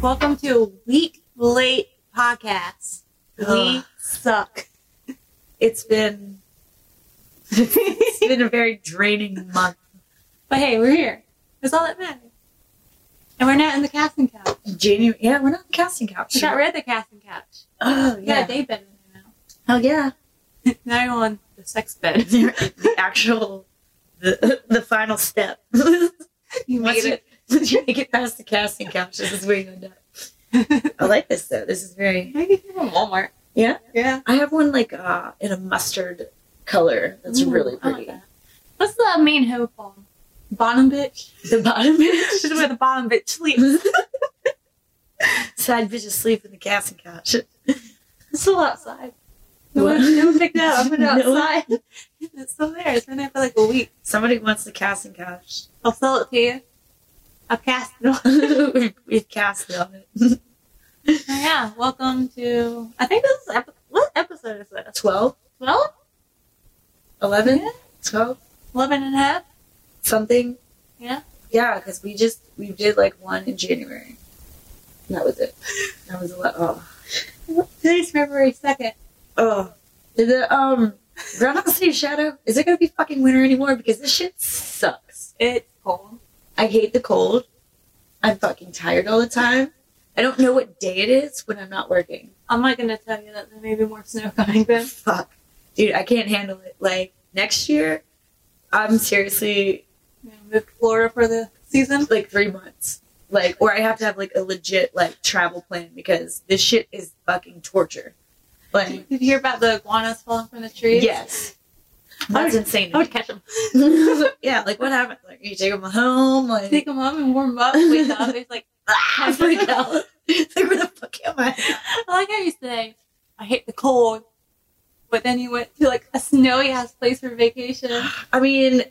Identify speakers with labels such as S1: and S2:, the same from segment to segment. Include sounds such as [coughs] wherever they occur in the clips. S1: Welcome to a week late podcast. We
S2: Ugh.
S1: suck.
S2: It's been it's been a very draining month.
S1: But hey, we're here. That's all that matters. And we're not in the casting
S2: [laughs]
S1: couch.
S2: January. Yeah, we're not on the casting couch.
S1: We got rid of the casting couch.
S2: Oh
S1: We
S2: yeah.
S1: got a day bed in
S2: oh yeah.
S1: there now. [laughs] now you're on the sex bed.
S2: [laughs] the actual the the final step. [laughs]
S1: You made
S2: Once [laughs] you,
S1: it.
S2: once you make it [laughs] past the casting couch, this is where you end up.
S1: [laughs]
S2: I like this though. This is very.
S1: I get it from Walmart.
S2: Yeah?
S1: Yeah.
S2: I have one like uh in a mustard color. That's
S1: Ooh,
S2: really
S1: Mm-hmm. I like
S2: pretty.
S1: that. What's the main hoe called? Bottom [laughs] bitch?
S2: The [laughs] bottom
S1: Should
S2: bitch.
S1: wear the bottom bitch
S2: [laughs]
S1: sleeve.
S2: Side bitch asleep in the casting couch.
S1: It's still outside. No
S2: What?
S1: one, no one picked it up. I put it
S2: [laughs] No.
S1: outside. It's still there. It's been there for like a week.
S2: Somebody wants the casting
S1: [laughs]
S2: couch.
S1: I'll sell it to you. I'll cast it on.
S2: we've, we've cast it on it.
S1: Oh, yeah, welcome to. I think this is. Epi- what episode is this?
S2: 12,
S1: 12?
S2: 11, 12,
S1: 11 and a half?
S2: something.
S1: Yeah.
S2: Yeah, because we just, we did like one in January. And That was it. That was a lot. Oh.
S1: Today's February 2nd.
S2: oh. Did the, um, Groundhog Day shadow, is it going to be fucking winter anymore? Because this shit sucks.
S1: It's cold.
S2: I hate the cold. I'm fucking tired all the time. I don't know what day it is when I'm not working.
S1: I'm not gonna tell you that there may be more snow [laughs] coming then.
S2: fuck, dude, I can't handle it. Like next year, I'm seriously
S1: You know, move to Florida for the season.
S2: like three months, like, or I have to have like a legit like travel plan because this shit is fucking torture.
S1: Did
S2: Like,
S1: you hear about the iguanas falling from the trees?
S2: yes,
S1: I would-
S2: that's insane.
S1: I would catch
S2: [laughs]
S1: them.
S2: yeah, like what happened? Like, you take them home, like.
S1: Take them up and warm up, wake up. It's like,
S2: Ah, [laughs] I freak [laughs] out. It's like, where the fuck am I?
S1: I like how you say, I hate the cold. But then you went to like a snowy ass place for
S2: [sighs]
S1: vacation.
S2: I mean,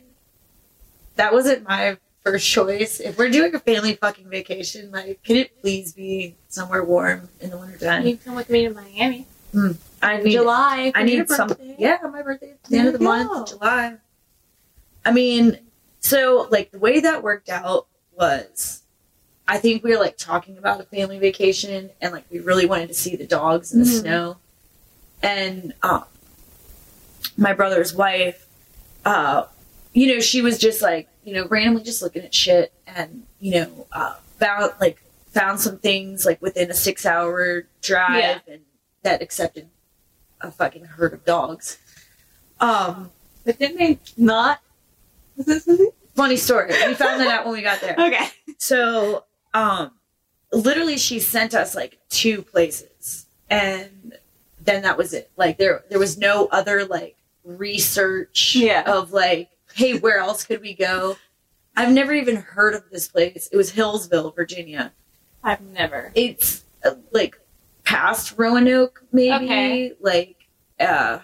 S2: that wasn't my first choice. If we're doing a family fucking vacation, like, can it please be somewhere warm in the wintertime?
S1: You can come with me to Miami.
S2: I mean,
S1: July.
S2: I
S1: for your
S2: need something.
S1: birthday.
S2: Yeah, my birthday at the end of the
S1: There you
S2: month,
S1: go.
S2: July. I mean, so like the way that worked out was, I think we were like talking about a family vacation, and like we really wanted to see the dogs in the
S1: Mhm.
S2: snow, and um, my brother's wife, uh, you know, she was just like you know randomly just looking at shit, and you know, uh, found like found some things like within a six hour drive and that accepted a fucking herd of dogs. Um,
S1: But didn't they not? Was this something?
S2: funny story. We found that out when we got there.
S1: Okay.
S2: So, um, literally, she sent us like two places, and then that was it. Like there, there was no other like research
S1: Yeah.
S2: of like, hey, where else could we go? I've never even heard of this place. It was Hillsville, Virginia.
S1: I've never.
S2: It's uh, like past Roanoke, maybe.
S1: Okay.
S2: Like, uh,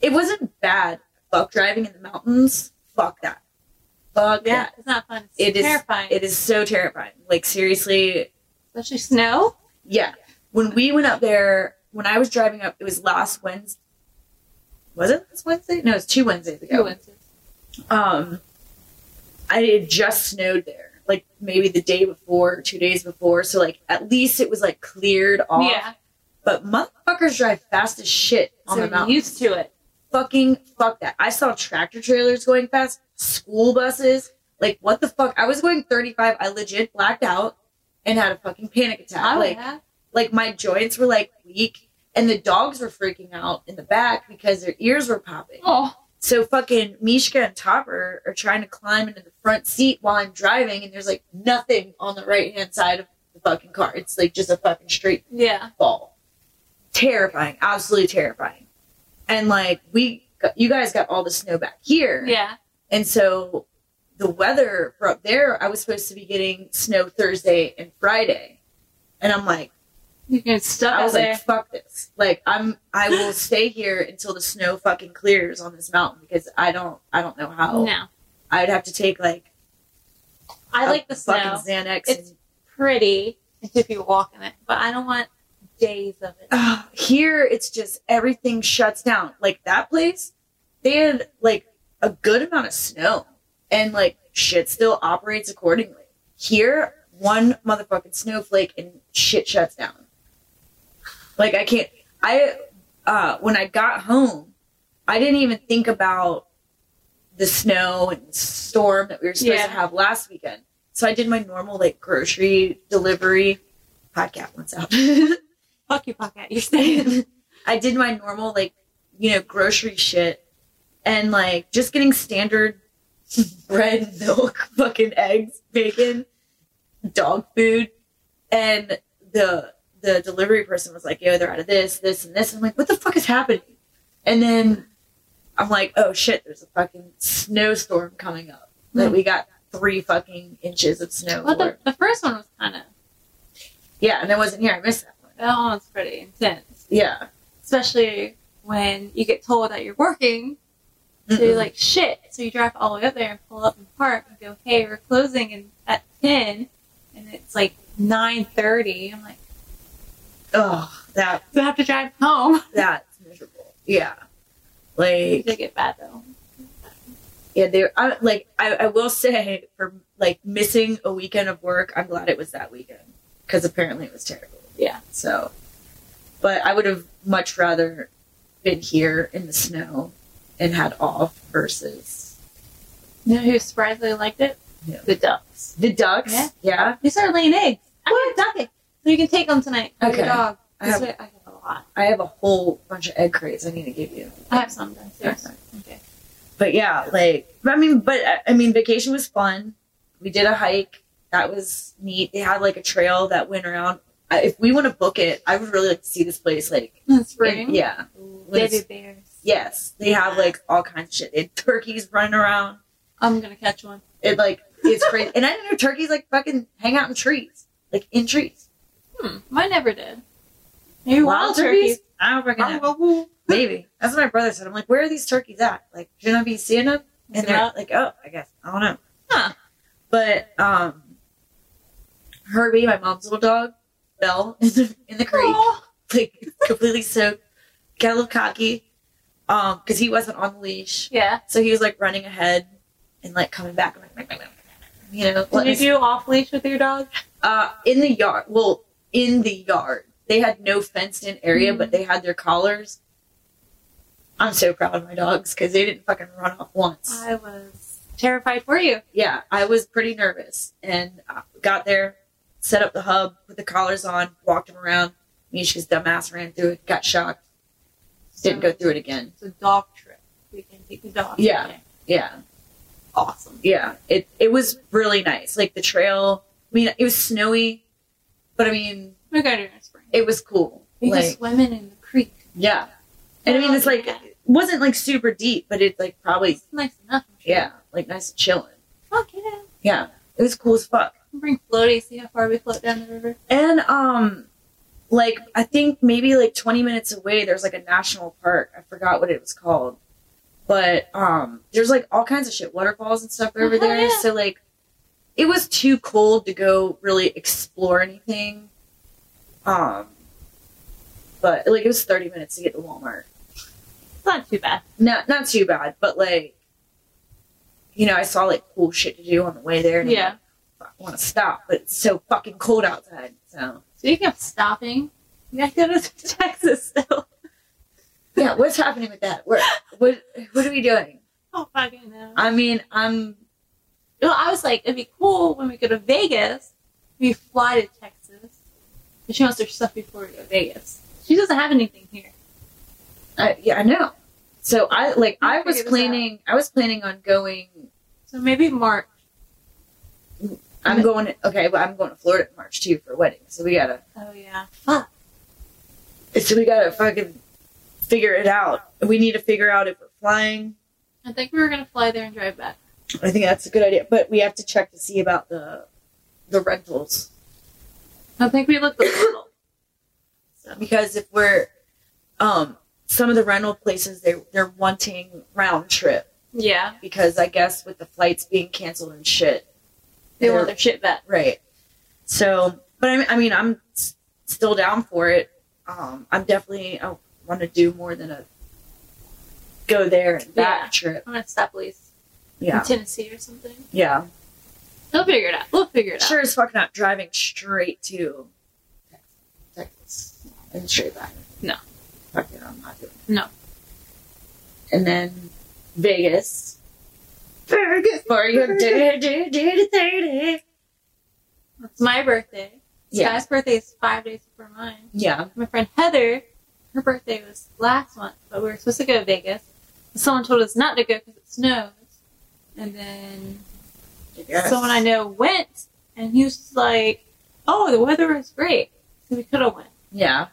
S2: it wasn't bad. Fuck driving in the mountains. Fuck that. Fuck
S1: Yeah,
S2: that.
S1: it's not fun. It's
S2: It is-
S1: terrifying.
S2: It is so terrifying. Like seriously,
S1: Especially snow.
S2: yeah. When we went up there, when I was driving up, it was last Wednesday. Was it this Wednesday? No, it's two Wednesdays ago. Um, I it just snowed there, like maybe the day before, two days before. So like at least it was like cleared off.
S1: Yeah.
S2: But motherfuckers drive fast as shit on
S1: So
S2: the
S1: you're
S2: mountain.
S1: used to it.
S2: Fucking fuck that. I saw tractor trailers going fast, school buses. Like what the fuck? I was going 35. I legit blacked out and had a fucking panic attack.
S1: I would
S2: like
S1: have.
S2: like my joints were like weak and the dogs were freaking out in the back because their ears were popping.
S1: Oh.
S2: So fucking Mishka and Topper are trying to climb into the front seat while I'm driving and there's like nothing on the right hand side of the fucking car. It's like just a fucking straight
S1: Yeah.
S2: fall. Terrifying, absolutely terrifying. And like we, got, you guys got all the snow back here,
S1: Yeah.
S2: And so the weather for up there, I was supposed to be getting snow Thursday and Friday, and I'm like,
S1: You can stuck
S2: I
S1: out
S2: was
S1: there.
S2: like, fuck this. Like I'm, I will stay here until the snow fucking clears on this mountain because I don't, I don't know how.
S1: no.
S2: I'd have to take like
S1: I
S2: a
S1: like the snow.
S2: fucking Xanax.
S1: It's-
S2: and,
S1: Pretty if you walk in it, but I don't want days of
S2: [laughs]
S1: it.
S2: Ugh, here, it's just everything shuts down. Like that place, they had like a good amount of snow, and like shit still operates accordingly. Here, one motherfucking snowflake and shit shuts down. Like I can't I uh when I got home, I didn't even think about the snow and storm that we were supposed
S1: Yeah.
S2: to have last weekend. So I did my normal like grocery delivery podcast once [laughs] out.
S1: Fuck you, pocket. You're staying.
S2: [laughs] I did my normal like you know grocery shit and like just getting standard [laughs] bread, milk, fucking eggs, bacon, dog food, and the the delivery person was like, "Yo, they're out of this, this, and this." I'm like, "What the fuck is happening?" And then I'm like, "Oh shit, there's a fucking snowstorm coming up that we got three fucking inches of snow."
S1: Well, Hmm. the,
S2: for."
S1: the first one was kind of
S2: Yeah, and I wasn't here. I missed that one.
S1: that one was pretty intense,
S2: Yeah,
S1: especially when you get told that you're working. So you're like, shit. So you drive all the way up there and pull up and park and go, hey, we're closing in, at ten, and it's like nine thirty. I'm like,
S2: oh, that
S1: so I have to drive home. [laughs]
S2: that's miserable. Yeah.
S1: It did
S2: Like,
S1: get bad though.
S2: yeah, they I, like, I, I will say for like missing a weekend of work, I'm glad it was that weekend because apparently it was terrible.
S1: Yeah.
S2: So, but I would have much rather been here in the snow and had off versus
S1: You know who surprisingly liked it?
S2: Yeah.
S1: The ducks.
S2: the ducks.
S1: Yeah.
S2: Yeah.
S1: They started laying eggs. What duck eggs? So you can take them tonight. for
S2: Okay.
S1: Your dog.
S2: I have-
S1: This way- I have a lot.
S2: I have a whole bunch of egg crates I need to give you.
S1: I have some downstairs. Okay.
S2: but yeah, like I mean, but I- I mean, vacation was fun. We did a hike that was neat. They had like a trail that went around. I- If we want to book it, I would really like to see this place. Like,
S1: In the
S2: in-
S1: spring.
S2: yeah,
S1: Baby
S2: it's-
S1: bears.
S2: yes, they have like all kinds of shit. They had turkeys running around.
S1: I'm gonna catch one.
S2: It like it's crazy, and I didn't know turkeys like fucking hang out in trees, like in trees.
S1: Hmm. Mine never did. Maybe wild, turkeys.
S2: I don't fucking know.
S1: Oh,
S2: Maybe that's what my brother said. I'm like, where are these turkeys at? Like, shouldn't I be seeing them? and
S1: Is it
S2: they're
S1: not?
S2: like, oh, I guess I don't know.
S1: Huh.
S2: But um, Herbie, my mom's little dog, [laughs] fell in the in the creek, like completely soaked. Got a little cocky, um, because he wasn't on the leash,
S1: Yeah.
S2: so he was like running ahead and like coming back, you know. let
S1: Did
S2: me
S1: you do off leash with your dog?
S2: uh, in the yard. Well, in the yard, they had no fenced-in area,
S1: Mhm.
S2: but they had their collars. I'm so proud of my dogs because they didn't fucking run off once.
S1: I was terrified for you.
S2: yeah, I was pretty nervous and uh, got there, set up the hub, put the collars on, walked him around. Misha's dumbass ran through it, got shocked, didn't go through it again.
S1: It's a dog trip. We can take the dog.
S2: Yeah.
S1: Okay.
S2: Yeah,
S1: Awesome.
S2: yeah. It it was really nice. Like the trail. I mean, it was snowy, but I mean,
S1: We're going to do it in spring.
S2: it was cool.
S1: You
S2: like
S1: can swim in in the creek.
S2: yeah, and I mean, it's like it wasn't like super deep, but it's like probably
S1: It's nice enough. I'm sure.
S2: yeah, like nice and chilling.
S1: Fuck yeah.
S2: Yeah, it was cool as fuck.
S1: We'll Bring floaty, see how far we float down the river.
S2: And um like I think maybe like 20 minutes away there's like a national park. I forgot what it was called. But um there's like all kinds of shit, waterfalls and stuff over
S1: Oh,
S2: there.
S1: yeah.
S2: So like it was too cold to go really explore anything. Um but like it was 30 minutes to get to Walmart.
S1: It's not too bad.
S2: Not not too bad, but like you know, I saw like cool shit to do on the way there and
S1: Yeah.
S2: I want to stop, but it's so fucking cold outside. So
S1: Speaking of stopping, you gotta go to [laughs] Texas still.
S2: yeah, what's happening with that? Where, what what are we doing?
S1: Oh, fucking no.
S2: I mean, I'm
S1: Well, I was like, it'd be cool when we go to Vegas, we fly to Texas. But she wants her stuff before we go to Vegas. She doesn't have anything here.
S2: I, yeah, I know. So I like I was
S1: Figure this
S2: planning I was planning on going.
S1: So maybe March.
S2: I'm going okay, but I'm going to Florida in March too for a wedding. So we gotta
S1: Oh, yeah. Fuck.
S2: so we gotta fucking figure it out. We need to figure out if we're flying.
S1: I think we were gonna fly there and drive back.
S2: I think that's a good idea, but we have to check to see about the the rentals
S1: I think we looked a
S2: [coughs]
S1: little. So,
S2: because if we're um some of the rental places they they're wanting round trip.
S1: yeah.
S2: because I guess with the flights being canceled and shit,
S1: They want their shit back.
S2: right? So, but I mean, I mean I'm s- still down for it. Um, I'm definitely I want to do more than a go there and back
S1: Yeah.
S2: trip.
S1: I'm gonna stop lease in
S2: Yeah,
S1: Tennessee or something.
S2: yeah.
S1: He'll figure it out. We'll figure it out.
S2: Sure as fuck not driving straight to Texas and straight back.
S1: No.
S2: Fuck it, I'm not doing it.
S1: No.
S2: And then Vegas. Vegas. For you do do do do thirty.
S1: It's my birthday.
S2: Yeah.
S1: Scott's birthday is five days before mine.
S2: Yeah.
S1: My friend Heather, her birthday was last month, but we were supposed to go to Vegas. Someone told us not to go because it snows. And then someone I know went, and he was like, "Oh, the weather was great, so we could have went."
S2: Yeah.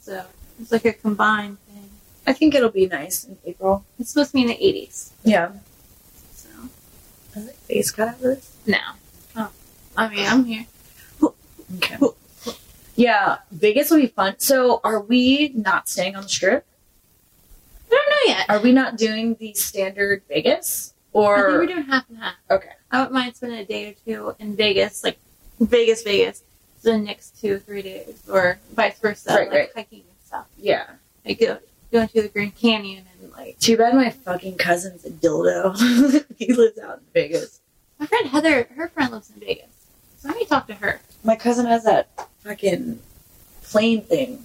S1: So it's like a combined thing.
S2: I think it'll be nice in April.
S1: It's supposed to be in the 80s.
S2: Yeah.
S1: So
S2: Is it face cut out of this?
S1: no, oh, I mean I'm here.
S2: Okay. Yeah, Vegas will be fun. So, are we not staying on the strip?
S1: I don't know yet.
S2: Are we not doing the standard Vegas?
S1: I think
S2: Or
S1: we're doing half and half.
S2: okay,
S1: I wouldn't mind spending a day or two in Vegas, like Vegas, Vegas, the next two or three days, or vice versa,
S2: Right,
S1: like
S2: right.
S1: hiking and stuff.
S2: yeah.
S1: Like go going to the Grand Canyon and like
S2: Too bad my fucking cousin's a dildo. [laughs] he lives out in Vegas.
S1: my friend Heather, her friend lives in Vegas, so I need to talk to her.
S2: My cousin has that fucking plane thing.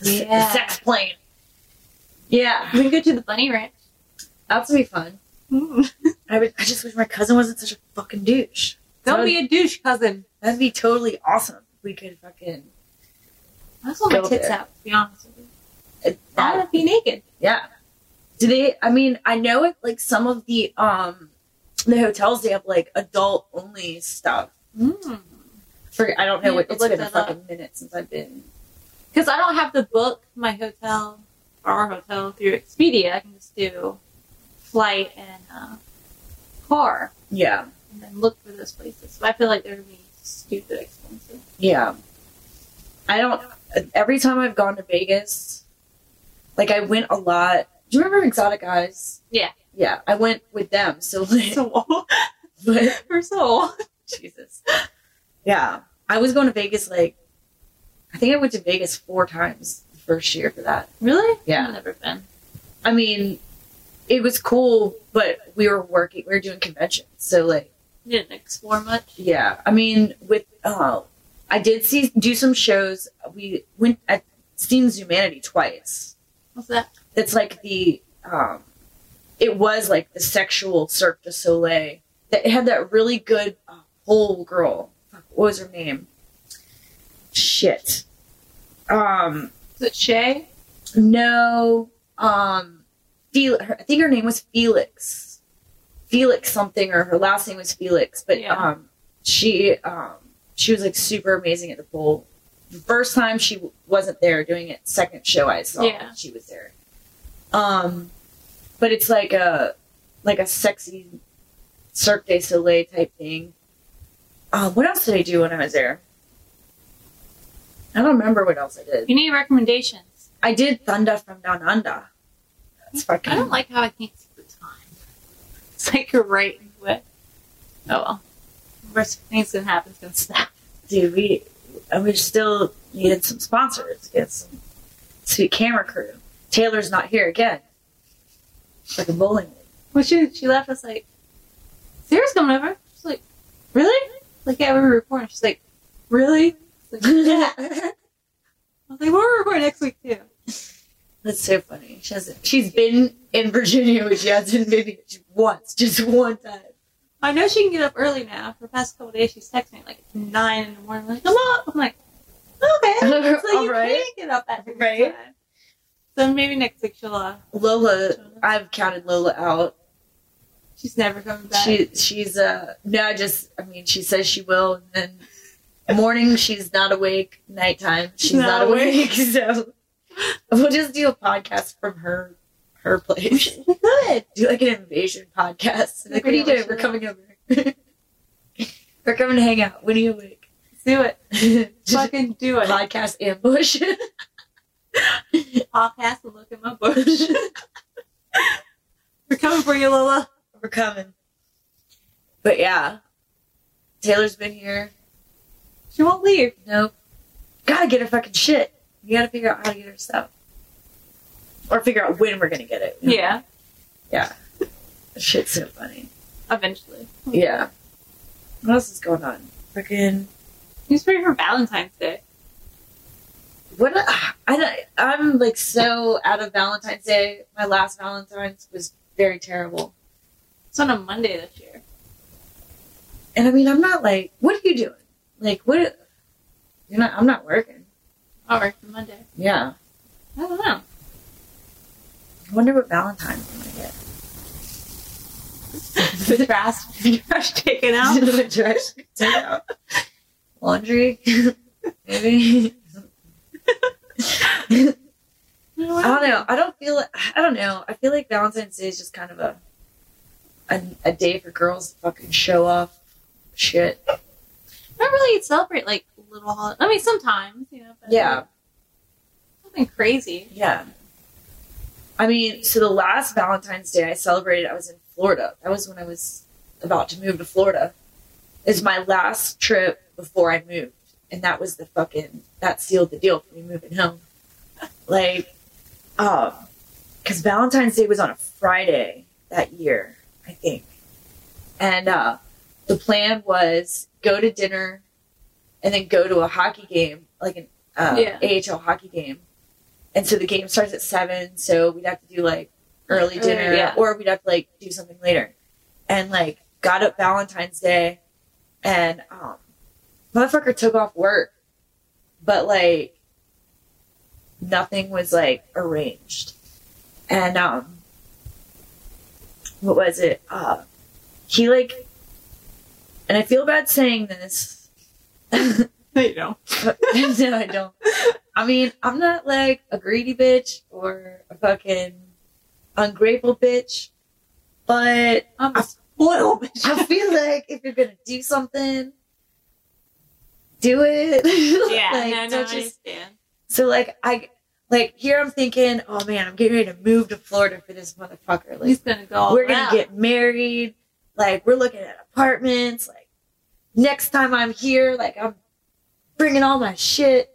S2: The, se- the
S1: Yeah.
S2: sex plane. Yeah,
S1: We can go to the Bunny Ranch.
S2: that's gonna be fun.
S1: Mm.
S2: I would, I just wish my cousin wasn't such a fucking douche.
S1: Don't be a douche, cousin.
S2: That'd be totally awesome. if We could fucking
S1: I just want my
S2: Go
S1: tits
S2: there.
S1: out, to be honest with you. I
S2: uh, that
S1: want to be naked.
S2: Yeah. Do they? I mean, I know it. Like some of the um, the hotels they have like adult only stuff.
S1: Mm.
S2: For I don't know. what
S1: Yeah,
S2: it's
S1: look
S2: been a
S1: that up.
S2: fucking minute since I've been.
S1: Because I don't have to book my hotel or our hotel through Expedia. I can just do flight and uh, car
S2: Yeah.
S1: and then look for those places. So I feel like they're going to be stupid expensive. [laughs]
S2: Yeah. I don't. Every time I've gone to Vegas, like I went a lot. Do you remember Exotic Eyes?
S1: Yeah.
S2: Yeah, I went with them. So, [laughs] like,
S1: So,
S2: but,
S1: for soul.
S2: Jesus. Yeah, I was going to Vegas like, I think I went to Vegas four times the first year for that.
S1: Really?
S2: Yeah.
S1: I've never been.
S2: I mean, it was cool, but we were working, we were doing conventions. So, like,
S1: Didn't explore much.
S2: yeah. I mean, with, uh, I did see, do some shows. We went, I've seen Zumanity twice.
S1: What's that?
S2: It's like the, um, it was like the sexual Cirque du Soleil that it had that really good uh, pole girl. Fuck, What was her name? Shit. Um,
S1: Is it Shay?
S2: no, um, Fel- her, I think her name was Felix, Felix something, or her last name was Felix. But
S1: Yeah.
S2: um, she um, she was like super amazing at the pool. The first time she w- wasn't there doing it. Second show I saw,
S1: Yeah.
S2: she was there. Um, but it's like a like a sexy Cirque du Soleil type thing. Um, what else did I do when I was there? I don't remember what else I did.
S1: You need recommendations.
S2: I did Thunder from Down Under. That's fucking.
S1: I don't like how I can't see the time. It's like you're right and what? Oh well. Worst thing's gonna happen is gonna stop.
S2: dude, we uh, we still needed some sponsors to get some sweet camera crew. Taylor's not here again. It's like a bowling league.
S1: Well, she she left us like, Sarah's coming over. She's like, really? Like yeah, we were recording. She's like, really? I was like, yeah. I was like, we're recording next week too.
S2: That's so funny. She hasn't. She's been in Virginia, but she hasn't been once, just one time.
S1: I know she can get up early now. For the past couple days, she's texting me like nine in the morning. Like, come up. I'm like,
S2: [laughs]
S1: okay. So
S2: All
S1: you
S2: right.
S1: can get up at this
S2: Right.
S1: time. So maybe next week she'll. Uh,
S2: Lola, I've counted Lola out.
S1: she's never coming back. [laughs]
S2: She she's uh no, I just I mean she says she will, and then morning she's not awake, nighttime she's
S1: Not
S2: not, awake. [laughs] So we'll just do a podcast from her her place. [laughs]
S1: we could.
S2: Do like an invasion podcast. Like what are you doing? We're coming over. [laughs] We're coming to hang out. When are you awake? [laughs]
S1: Do it.
S2: Just
S1: Fucking do it.
S2: podcast ambush. [laughs]
S1: Podcast and look at my bush. [laughs] We're coming for you, Lola.
S2: We're coming. But yeah, Taylor's been here.
S1: She won't leave.
S2: Nope. Gotta get her fucking shit. You gotta figure out how to get her stuff. Or figure out when we're gonna get it.
S1: Yeah.
S2: Shit's so funny.
S1: Eventually.
S2: Yeah. What else is going on? Freaking
S1: Who's ready for Valentine's Day?
S2: what? ah, I don't, I'm like so out of Valentine's Day. My last Valentine's was very terrible.
S1: It's on a Monday this year.
S2: And I mean, I'm not like, what are you doing? Like, what? You're not. I'm not working.
S1: I'll work for Oh, Monday.
S2: Yeah.
S1: I don't
S2: [laughs]
S1: know.
S2: I wonder what Valentine's I'm gonna get.
S1: the trash, [laughs] the trash taken
S2: [laughs]
S1: out.
S2: The trash takes out. Laundry, [laughs] maybe. I don't know. I don't feel. I don't know. I feel like Valentine's Day is just kind of a a, a day for girls to fucking show off shit.
S1: Not really celebrate like little holidays. I mean, sometimes you know. But
S2: Yeah,
S1: Nothing crazy.
S2: yeah. I mean, so the last Valentine's Day I celebrated, I was in Florida. That was when I was about to move to Florida. It's my last trip before I moved, and that was the fucking that sealed the deal for me moving home. [laughs] Like, um, because Valentine's Day was on a Friday that year, I think, and uh, the plan was go to dinner, and then go to a hockey game, like an uh,
S1: Yeah.
S2: AHL hockey game, and so the game starts at seven, so we'd have to do like early
S1: Early,
S2: dinner,
S1: yeah.
S2: or we'd have to like do something later and like got up Valentine's Day and um motherfucker took off work but like nothing was like arranged. And um what was it? Uh he like and I feel bad saying this. [laughs]
S1: You know.
S2: but- [laughs] no, I don't. I mean, I'm not like a greedy bitch or a fucking ungrateful bitch, but
S1: I'm
S2: I-
S1: a spoiled [laughs] bitch.
S2: I feel like if you're gonna do something, do it. [laughs]
S1: yeah.
S2: like,
S1: no, no,
S2: don't
S1: I
S2: just-
S1: understand.
S2: So like I like here I'm thinking, oh man, I'm getting ready to move to Florida for this motherfucker. Like
S1: He's gonna go. all
S2: we're gonna
S1: out. [laughs]
S2: get [laughs] married. Like we're looking at apartments. Like next time I'm here, like I'm bringing all my shit.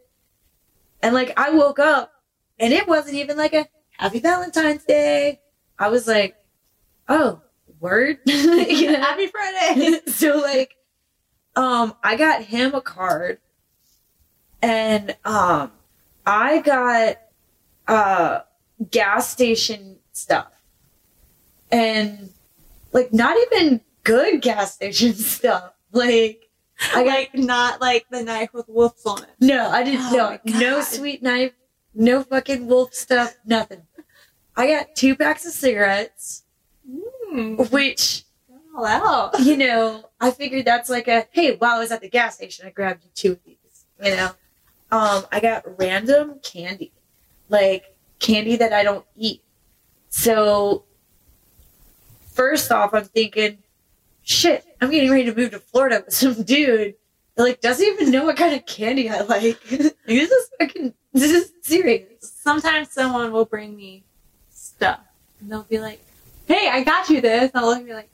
S2: And like I woke up and it wasn't even like a happy Valentine's Day. I was like, oh, word. [laughs] You know?
S1: Happy Friday.
S2: [laughs] so like um i got him a card and um i got uh gas station stuff and like not even good gas station [laughs] stuff like i got
S1: like not like the knife with wolves on it.
S2: no, I didn't.
S1: Oh
S2: no,
S1: my
S2: no
S1: God.
S2: sweet knife, no fucking wolf stuff, nothing. I got two packs of cigarettes,
S1: Mm,
S2: which
S1: going all out.
S2: [laughs] you know, I figured that's like a hey, while I was at the gas station, I grabbed you two of these. You know, um, I got random candy, like candy that I don't eat. So, first off, I'm thinking, shit, I'm getting ready to move to Florida with some dude that like doesn't even know what kind of candy I like. [laughs] Like, this is fucking this is serious.
S1: Sometimes someone will bring me stuff, and they'll be like, "Hey, I got you this," and I'll look and be like,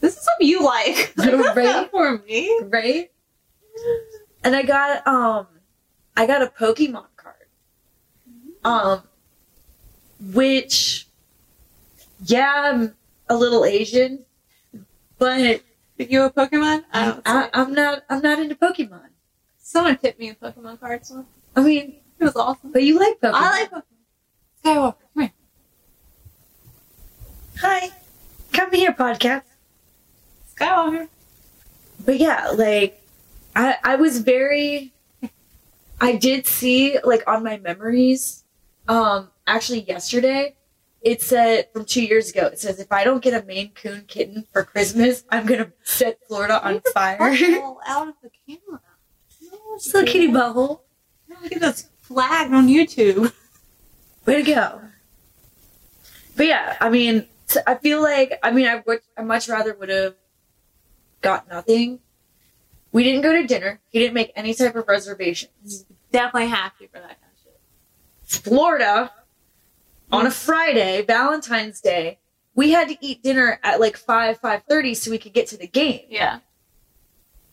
S1: "This is something you like. [laughs] like that's
S2: Right?
S1: not for me."
S2: right? And I got um I got a Pokemon card. Um which yeah, I'm a little Asian, but
S1: If you a Pokemon, I
S2: I,
S1: don't.
S2: I, I'm not I'm not into Pokemon.
S1: Someone tipped me a Pokemon card once.
S2: I mean,
S1: It was awesome.
S2: but you like Pokemon.
S1: I like Pokemon. Skywalker, come here.
S2: Hi. Come here, podcast.
S1: Skywalker.
S2: but yeah, like I I was very I did see like on my memories um actually yesterday it said from 2 years ago it says if I don't get a Maine Coon kitten for Christmas, I'm going to set Florida on fire. [laughs]
S1: All out of the camera. No,
S2: It's a kitty butthole.
S1: Look at this flag on YouTube. [laughs]
S2: Way to go. But yeah, I mean, t- I feel like, I mean, I would, I much rather would have got nothing. We didn't go to dinner. He didn't make any type of reservations.
S1: Definitely happy for that kind of shit.
S2: Florida on a Friday, Valentine's Day. We had to eat dinner at like five, five thirty, so we could get to the game.
S1: Yeah.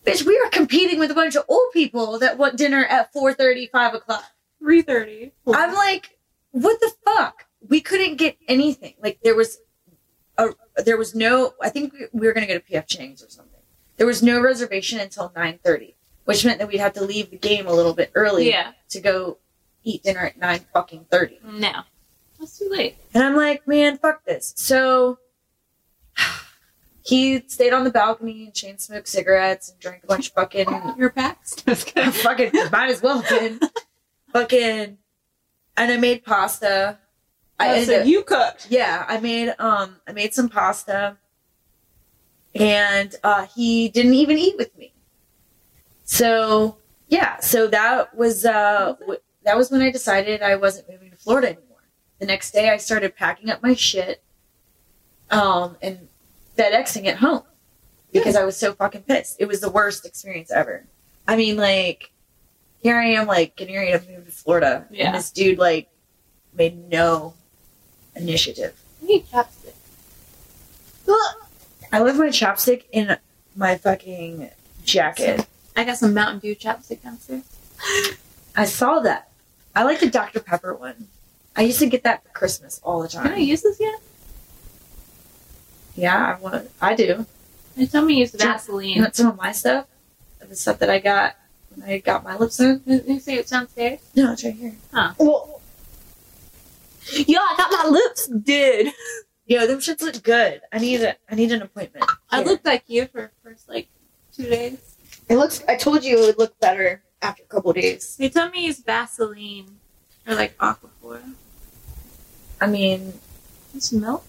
S2: Bitch, we are competing with a bunch of old people that want dinner at 4:30, 5 o'clock.
S1: Three thirty.
S2: I'm like, what the fuck? We couldn't get anything. Like there was a there was no. I think we, we were gonna get a PF Chang's or something. There was no reservation until 9:30, which meant that we'd have to leave the game a little bit early
S1: Yeah.
S2: to go eat dinner at 9 fucking 30.
S1: No. That's too late.
S2: And I'm like, man, fuck this. So [sighs] he stayed on the balcony and chain smoked cigarettes and drank a bunch of fucking [laughs]
S1: Your back's [laughs] just gonna
S2: fucking might as well been fucking and I made pasta. I
S1: Oh,
S2: ended
S1: so
S2: up-
S1: you cooked.
S2: yeah, I made um I made some pasta and uh he didn't even eat with me. So yeah, so that was uh w- that was when I decided I wasn't moving to Florida anymore. The next day I started packing up my shit um and FedExing it home because I was so fucking pissed. It was the worst experience ever. I mean like here I am like getting ready to move to Florida
S1: Yeah.
S2: and this dude like made no initiative.
S1: I need chapstick.
S2: I left my chopstick in my fucking jacket.
S1: I got some Mountain Dew chapstick downstairs.
S2: I saw that. I like the Dr. Pepper one. I used to get that for Christmas all the
S1: Can I
S2: time.
S1: use this yet?
S2: Yeah, I want. I do.
S1: They tell me to use
S2: Yeah. You
S1: Vaseline.
S2: want some of my stuff? The stuff that I got when I got my lips done?
S1: Did you say it's downstairs?
S2: No, it's right here.
S1: Huh.
S2: Well,
S1: Yo, I got my lips did.
S2: yo, them shits look good. I need a. I need an appointment.
S1: I
S2: Here.
S1: looked like you for the first like two days.
S2: It looks. I told you it would look better after a couple days.
S1: They tell me to use Vaseline or like Aquaphor.
S2: I mean, [laughs]
S1: It's milk.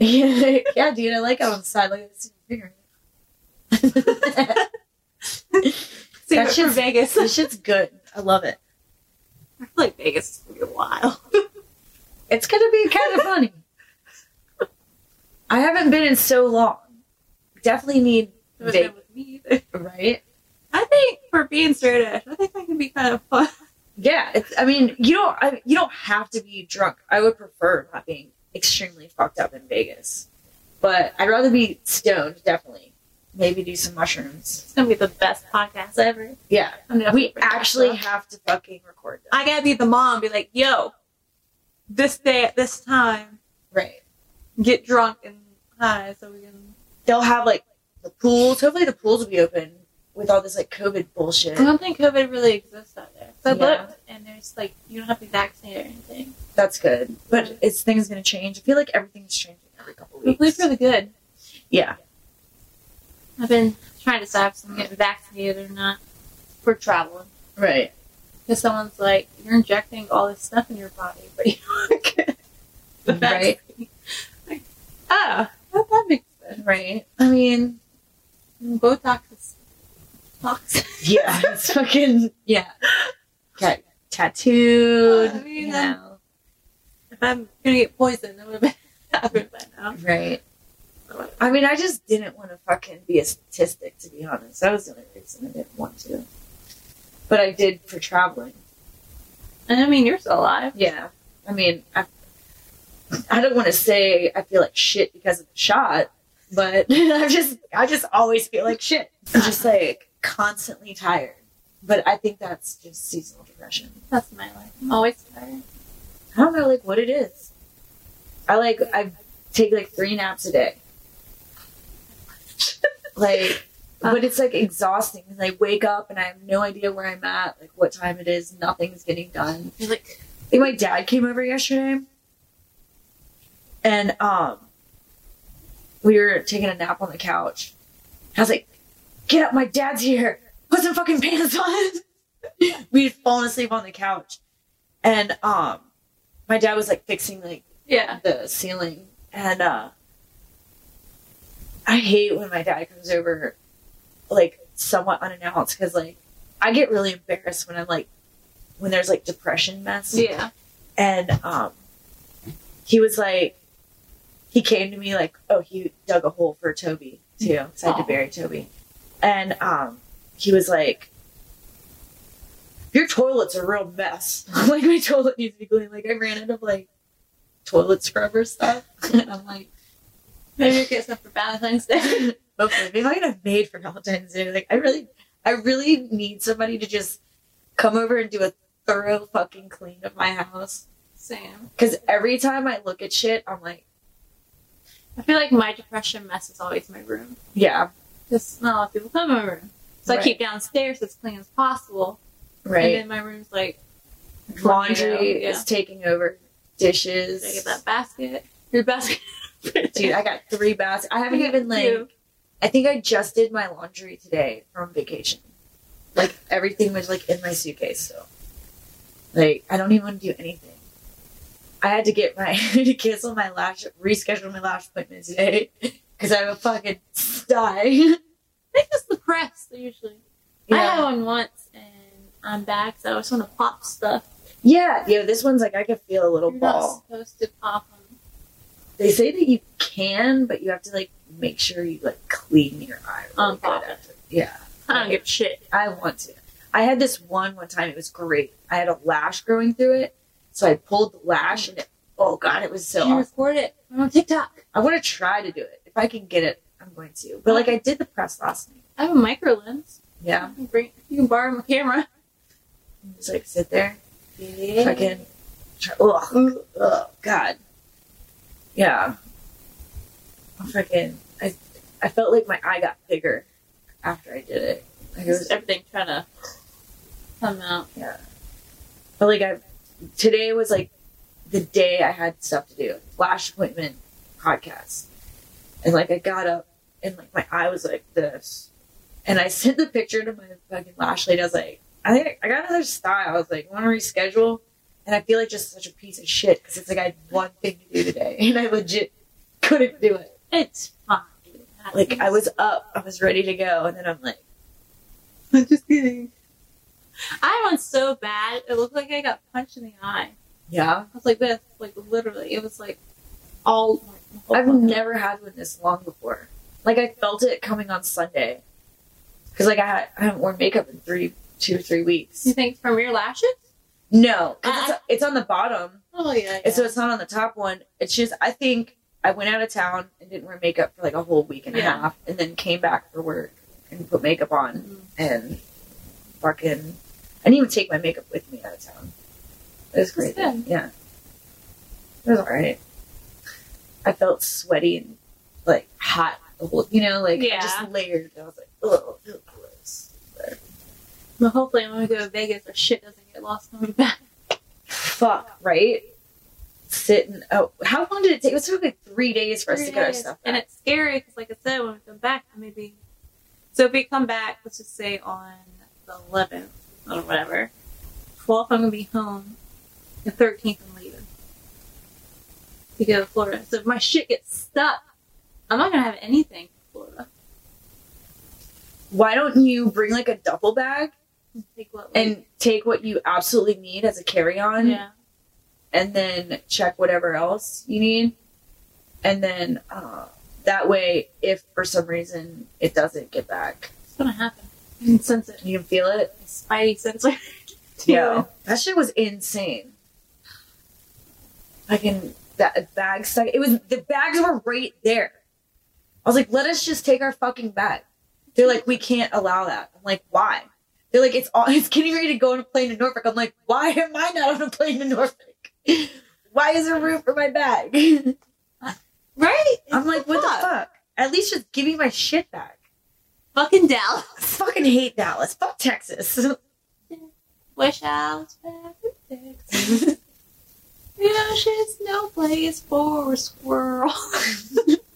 S2: yeah, dude, I like how on the side like it's in your finger. [laughs]
S1: Save
S2: That
S1: it for
S2: shit's-
S1: Vegas. I [laughs]
S2: this shit's good. I love it.
S1: feel like Vegas is gonna be a while.
S2: It's gonna be kind of funny. [laughs] I haven't been in so long. Definitely need
S1: It was
S2: Vegas,
S1: with me either.
S2: right?
S1: I think for being straight edge, I think that can be kind of fun.
S2: Yeah, it's, I mean, you don't I, you don't have to be drunk. I would prefer not being extremely fucked up in Vegas, but I'd rather be stoned. Definitely, maybe do some mushrooms.
S1: It's gonna be the best podcast ever.
S2: Yeah,
S1: I'm gonna
S2: we
S1: bring that
S2: actually
S1: stuff.
S2: have to fucking record this.
S1: I gotta be the mom. and Be like, yo, this day at this time,
S2: right.
S1: get drunk and high, so we can.
S2: they'll have like the pools. Hopefully, the pools will be open with all this like COVID bullshit.
S1: I don't think COVID really exists out there. So I
S2: Yeah.
S1: looked, and there's like you don't have to be vaccinated or anything.
S2: That's good, but it's things gonna change. I feel like everything's changing every couple weeks.
S1: Hopefully for the good.
S2: yeah,
S1: I've been trying to decide if I'm getting vaccinated or not for traveling.
S2: right.
S1: Because someone's like, you're injecting all this stuff in your body, but you don't get the
S2: [laughs] Right.
S1: vaccine. Like, ah, that, that makes sense.
S2: Right. I mean,
S1: And Botox is toxic.
S2: [laughs] yeah, it's fucking
S1: Yeah.
S2: got tattooed.
S1: I mean,
S2: you
S1: um,
S2: know.
S1: If I'm going to get poisoned, that would have [laughs] been happened by now.
S2: right. I mean, I just didn't want to fucking be a statistic, to be honest. That was the only reason I didn't want to. But I did for traveling.
S1: And I mean, you're still [laughs] alive.
S2: Yeah. I mean, I, I don't want to say I feel like shit because of the shot, but [laughs] I just I just always feel like shit. I'm just like constantly tired. But I think that's just seasonal depression.
S1: That's my life. I'm always tired.
S2: I don't know like what it is. I like I take like three naps a day. Like but it's like exhausting 'cause I wake up and I have no idea where I'm at, like what time it is, nothing's getting done.
S1: You're like,
S2: I think my dad came over yesterday, and um, we were taking a nap on the couch. I was like, "Get up, my dad's here. Put some fucking pants on." [laughs] we had fallen asleep on the couch, and um, my dad was like fixing like
S1: yeah.
S2: the ceiling, and uh, I hate when my dad comes over, like somewhat unannounced, because like I get really embarrassed when I'm like when there's like depression mess
S1: Yeah.
S2: and um, he was like, he came to me like, oh, he dug a hole for Toby too, 'cause I had
S1: Aw.
S2: to bury Toby, and um, he was like, your toilet's a real mess. [laughs] I'm like my toilet needs to be cleaned. Like I ran out of like toilet scrubber stuff. And I'm like,
S1: Maybe you get some for Valentine's Day. [laughs]
S2: hopefully, maybe I could have made for Valentine's Day. Like I really, I really need somebody to just come over and do a thorough fucking clean of my house.
S1: Sam.
S2: Because every time I look at shit, I'm like.
S1: I feel like my depression mess is always my room.
S2: Yeah.
S1: because it's not a lot of people come in my room. So I
S2: Right.
S1: keep downstairs as clean as possible. And
S2: Right.
S1: then my room's like,
S2: Laundry
S1: Yeah.
S2: is taking over
S1: did I get
S2: dishes.
S1: that basket? [laughs] Your basket. [laughs]
S2: Dude, I got three baskets. I haven't even like.
S1: Two.
S2: I think I just did my laundry today from vacation. Like everything was like in my suitcase, so like I don't even want to do anything. I had to get my [laughs] to cancel my lash reschedule my lash appointment today [laughs] because I would fucking [laughs] die.
S1: I think it's the press usually. I had
S2: Yeah.
S1: one once and I'm back, so I just want to pop stuff.
S2: yeah, yeah. This one's like I could feel a little
S1: You're not
S2: ball.
S1: supposed to pop them.
S2: They say that you can, but you have to like make sure you like clean your eye. Really
S1: Um,
S2: good
S1: pop it.
S2: after. Yeah.
S1: I don't give a shit.
S2: I want to. I had this one one time. It was great. I had a lash growing through it, so I pulled the lash, and it, oh god, it was so.
S1: you
S2: Awesome.
S1: record it. I'm on TikTok.
S2: I want to try to do it if I can get it. I'm going to. But like I did the press last night.
S1: I have a micro lens.
S2: Yeah,
S1: You can, bring, you can borrow my camera.
S2: just like sit there,
S1: Yeah.
S2: fucking. Try, ugh, ugh, god. Yeah. I'm fucking. I I felt like my eye got bigger after I did it. Like it was
S1: Just everything trying to come out.
S2: But like I today was like the day I had stuff to do. Lash appointment podcast. And like I got up and like my eye was like this. And I [laughs] sent the picture to my fucking lash lady. I was like, I think I got another style. I was like, wanna reschedule? And I feel like just such a piece of shit because it's like I had one thing to do today [laughs] and I legit couldn't do it.
S1: It's fine.
S2: Like I was up, I was ready to go, and then I'm like,
S1: [laughs] I'm just kidding. I went so bad. It looked like I got punched in the eye.
S2: yeah.
S1: I was like this, like literally. It was like all. Oh my whole
S2: I've
S1: fucking-
S2: never had one this long before. Like I felt it coming on Sunday, because like I had, I haven't worn makeup in three, two, three weeks.
S1: You think from your lashes?
S2: No,
S1: [laughs]
S2: 'cause it's, it's on the bottom,
S1: Oh yeah.
S2: and so it's not on the top one. It's just I think I went out of town and didn't wear makeup for like a whole week and a
S1: Yeah.
S2: half, and then came back for work and put makeup on
S1: Mhm.
S2: and fucking. I didn't even take my makeup with me out of town. It
S1: That's
S2: was crazy.
S1: good.
S2: Yeah, it was all right. I felt sweaty and like hot. the whole- You know, like I
S1: Yeah.
S2: just layered. I was like, oh, I feel gross.
S1: But hopefully, when we go to Vegas, our shit doesn't get lost coming
S2: [laughs]
S1: back.
S2: Fuck, right? Sitting. Oh, how long did it take? It took like three days for us to get our stuff.
S1: and
S2: back.
S1: it's scary because, like I said, when we come back, maybe. So if we come back, let's just say on the 11th or whatever, 12th I'm gonna be home, the 13th I'm leaving to go to Florida. So if my shit gets stuck, I'm not gonna have anything for Florida.
S2: Why don't you bring like a duffel bag
S1: Take what? like-
S2: and take what you absolutely need as a carry-on?
S1: yeah,
S2: and then check whatever else you need. And then uh, that way, if for some reason it doesn't get back,
S1: it's gonna happen. I can sense it.
S2: you can feel it.
S1: My spidey sensor. [laughs]
S2: That shit was insane. Fucking that bag stuck. It was the bags were right there. I was like, let us just take our fucking bag. They're like, we can't allow that. I'm like, why? They're like, it's all [laughs] it's getting ready to go on a plane to Norfolk. I'm like, why am I not on a plane to Norfolk? [laughs] Why is there room for my bag? [laughs]
S1: Right?
S2: I'm like, what the fuck? At least just give me my shit back.
S1: Fucking Dallas.
S2: I fucking hate Dallas. Fuck Texas. [laughs]
S1: Wish I was back in Texas. You know, she's no place for a squirrel.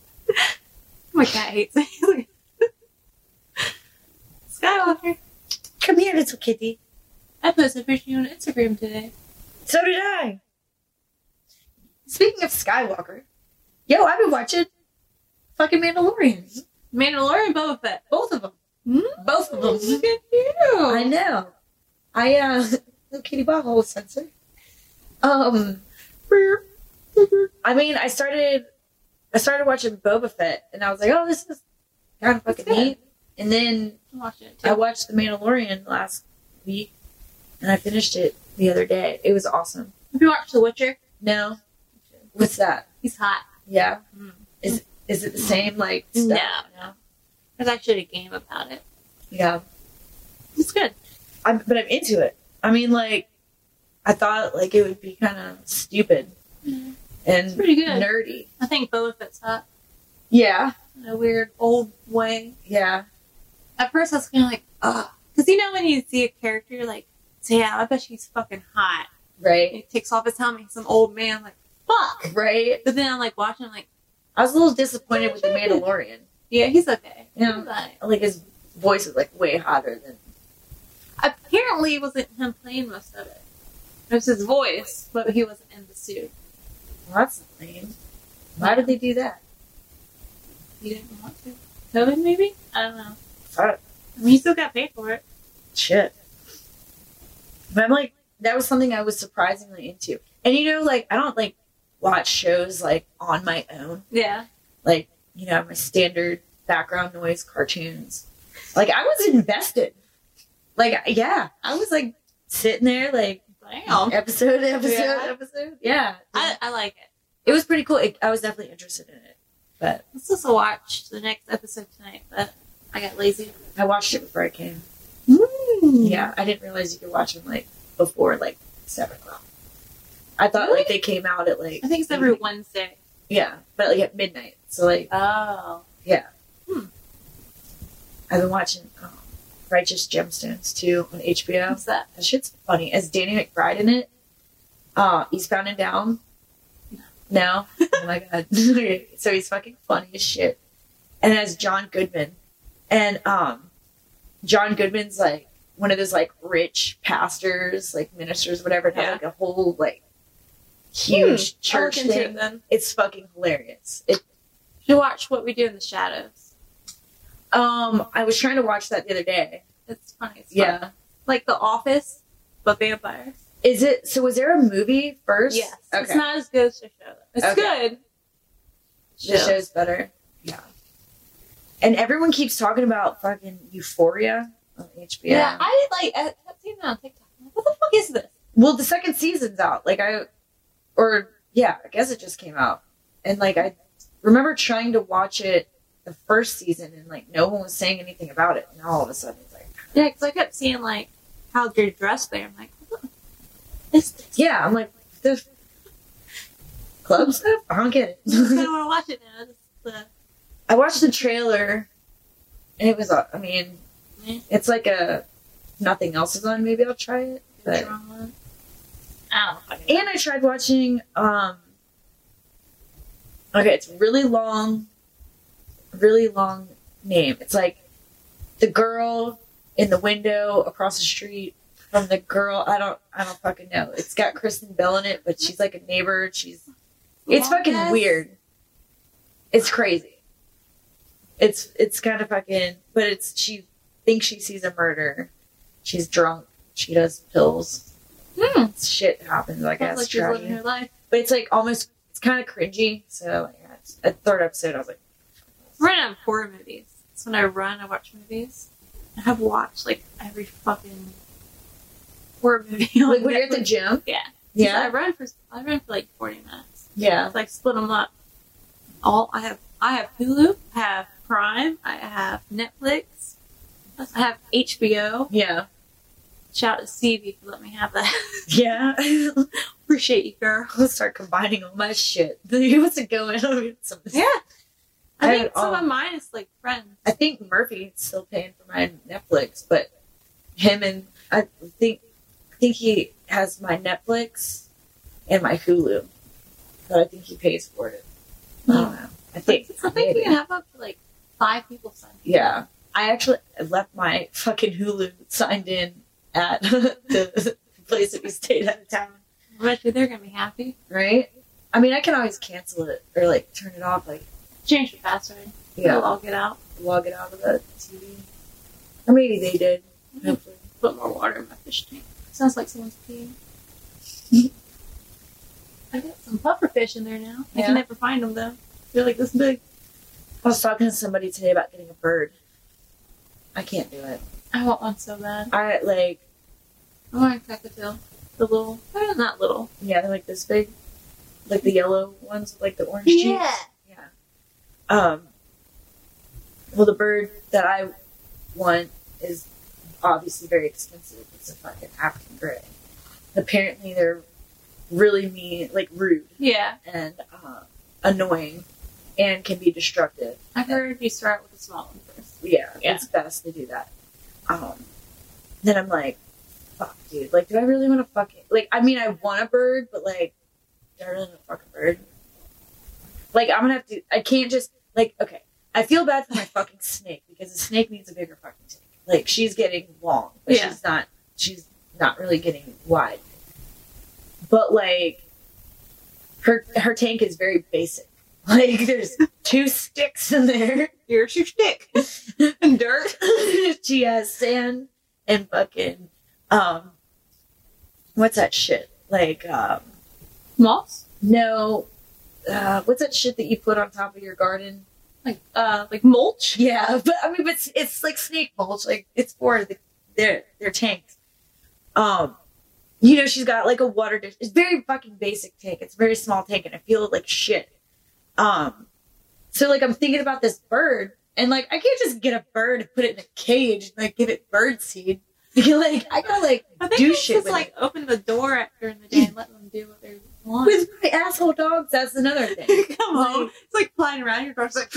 S1: [laughs] My cat hates it. Skywalker.
S2: Come here, little kitty.
S1: I posted a picture of you on Instagram today.
S2: So did I. Speaking of Skywalker, yo, I've been watching fucking Mandalorian.
S1: Mandalorian and Boba Fett.
S2: Both of them.
S1: Mm,
S2: Both of them.
S1: Look at you.
S2: Hmm? I know. I, uh, [laughs] little kitty butthole sensor. Um, I mean, I started, I started watching Boba Fett, and I was like, oh, this is kind of fucking
S1: It's good.
S2: neat. And then
S1: I'm watching it too.
S2: I watched The Mandalorian last week, and I finished it the other day. It was awesome.
S1: Have you watched The Witcher?
S2: No, what's that?
S1: He's hot.
S2: Yeah,
S1: Mm.
S2: is is it the same like stuff?
S1: No, no. There's actually a game about it.
S2: Yeah,
S1: It's good.
S2: I'm, but I'm into it. I mean, like, I thought like it would be kind of stupid
S1: Mm.
S2: and
S1: It's pretty good.
S2: nerdy.
S1: I think Boba Fett's hot.
S2: Yeah,
S1: in a weird old way.
S2: Yeah.
S1: At first, I was kind of like, ugh. Because you know when you see a character, you're like, damn, I bet she's fucking hot. And
S2: Right.
S1: he takes off his helmet, he's an old man, like, fuck.
S2: Right.
S1: But then I'm like watching, I'm like,
S2: I was a little disappointed with the Mandalorian.
S1: yeah, he's okay.
S2: Yeah.
S1: He's alright.
S2: Like his voice is like way hotter than.
S1: Apparently, it wasn't him playing most of it. It was his voice, but he wasn't in the suit.
S2: Well, that's lame. Why did they do that?
S1: He didn't want to. COVID, maybe? I don't know.
S2: Fuck.
S1: I mean, he still got paid for it.
S2: Shit. But I'm like, that was something I was surprisingly into. And you know, like I don't like watch shows like on my own.
S1: Yeah.
S2: Like you know, I have my standard background noise cartoons. Like I was invested. Like yeah, I was like sitting there like
S1: Damn.
S2: episode to episode
S1: Yeah.
S2: episode. Yeah,
S1: I, I like it.
S2: it was pretty cool. It, I was definitely interested in it, but
S1: Let's just watch the next episode tonight, but I got lazy.
S2: I watched it before it came.
S1: Yeah.
S2: Yeah, I didn't realize you could watch them like before like seven o'clock. I thought like they came out at like
S1: I think it's every Wednesday.
S2: yeah, but like at midnight. So like
S1: Oh.
S2: I've been watching um, Righteous Gemstones too on HBO.
S1: What's that?
S2: That shit's funny. Is Danny McBride in it? Uh, Eastbound and Down? No? oh my god. [laughs] Okay, so he's fucking funny as shit. And that's John Goodman. And um John Goodman's like one of those like rich pastors, like ministers, whatever, and
S1: Yeah. Hmm,
S2: have like a whole like huge
S1: I'll look
S2: church
S1: into
S2: thing.
S1: it then.
S2: It's fucking hilarious. It
S1: You watch What We Do in the Shadows.
S2: um I was trying to watch that the other day.
S1: It's funny. It's
S2: Yeah.
S1: fun. Like The Office, but vampires.
S2: Is it so was there a movie first?
S1: Yes.
S2: Okay.
S1: It's not as good as the show. though. It's
S2: Okay.
S1: good.
S2: The
S1: Show.
S2: show's better. Yeah. And everyone keeps talking about fucking Euphoria on HBO.
S1: Yeah. I like. I have seen that on TikTok. I'm like, What the fuck is this?
S2: Well, the second season's out. Like I, or yeah, I guess it just came out. And like I remember trying to watch it the first season, and like no one was saying anything about it. And all of a sudden, it's like,
S1: Yeah, because I kept seeing like how they're dressed there. I'm like, what is this?
S2: yeah, I'm like the club stuff. I don't get
S1: I
S2: it.
S1: don't want to watch it now. This is
S2: I watched the trailer, and it was. uh, I mean,
S1: the,
S2: it's like a nothing else is on. Maybe I'll try it.
S1: the
S2: But
S1: drama. I don't fucking know.
S2: And I tried watching um Okay, it's really long really long name. It's like the girl in the window across the street from the girl I don't I don't fucking know. It's got Kristen Bell in it, but she's like a neighbor. She's it's fucking
S1: Yes.
S2: weird. It's crazy. It's it's kind of fucking but it's she thinks she sees a murder. She's drunk. She does pills
S1: Hmm.
S2: shit happens, I
S1: Sounds
S2: guess.
S1: like she's
S2: tragedy.
S1: living her life.
S2: But it's like almost, it's kind of cringy. So, yeah, it's- at third episode, I was like,
S1: We're gonna have horror movies. That's when I run. I watch movies. I have watched like every fucking horror movie. on
S2: like when you're at the
S1: Netflix.
S2: gym?
S1: Yeah. I
S2: Yeah.
S1: run for I run for like 40 minutes.
S2: Yeah.
S1: Like split them up. All I have I have Hulu. I have Prime. I have Netflix. I have HBO.
S2: Yeah.
S1: Shout out to Stevie for letting me have that. [laughs]
S2: Yeah. [laughs]
S1: Appreciate you, girl.
S2: I'll start combining all my shit. [laughs] What's it going on? Some-
S1: I,
S2: I
S1: think
S2: had
S1: some
S2: all-
S1: of mine is like friends.
S2: I think Murphy's still paying for my Netflix, but him and I think I think he has my Netflix and my Hulu, but I think he pays for it. I don't know. I think.
S1: I think you
S2: maybe.
S1: can have up to like five people sign.
S2: Yeah. I actually left my fucking Hulu signed in at [laughs] the place that we stayed at.
S1: down. I bet you they're gonna be happy.
S2: Right? I mean, I can always cancel it or like turn it off, like,
S1: Change the password.
S2: yeah,
S1: I'll get out.
S2: log it out of the TV. Or maybe they did. Hopefully.
S1: Put more water in my fish tank. Sounds like someone's peeing. I got some puffer fish in there now. I
S2: Yeah.
S1: can never find them though. They're like this big.
S2: I was talking to somebody today about getting a bird. I can't do it.
S1: I want one so bad.
S2: I like,
S1: I want a cockatiel. The little, eh, not little.
S2: yeah, they're like this big, like the yellow ones, with, like the orange cheeks. Yeah. Um. Well, the bird that I want is obviously very expensive. It's a fucking African gray. Apparently, they're really mean, like rude
S1: Yeah.
S2: and uh, annoying, and can be destructive.
S1: I've heard you start with a small one first.
S2: Yeah,
S3: Yeah.
S2: it's best to do that. Um, then I'm like, fuck, dude. Like, do I really want to fucking like? I mean, I want a bird, but like, do I really want to fuck a bird? Like, I'm gonna have to. I can't just like. Okay, I feel bad for my fucking snake because the snake needs a bigger fucking snake. Like, she's getting long, but
S1: Yeah.
S2: she's not. She's not really getting wide. But like, her her tank is very basic. [laughs] Like, there's two sticks in there
S3: Here's your
S1: [laughs]
S3: shtick. and dirt.
S2: [laughs] she has sand and fucking um what's that shit like um
S1: Moss?
S2: no uh what's that shit that you put on top of your garden
S1: Like uh like mulch?
S2: [laughs] yeah but i mean but it's, it's like snake mulch like it's for the, their their tanks um you know she's got like a water dish it's very fucking basic tank it's a very small tank and i feel like shit um so like i'm thinking about this bird and like i can't just get a bird and put it in a cage and like give it bird seed [laughs] like i gotta like
S1: I think
S2: do
S1: it's
S2: shit
S1: just
S2: with
S1: like
S2: it.
S1: open the door at, during the day and let them do what they want.
S2: with my asshole dogs that's another thing
S1: [laughs] Come home. It's like flying around your dog's like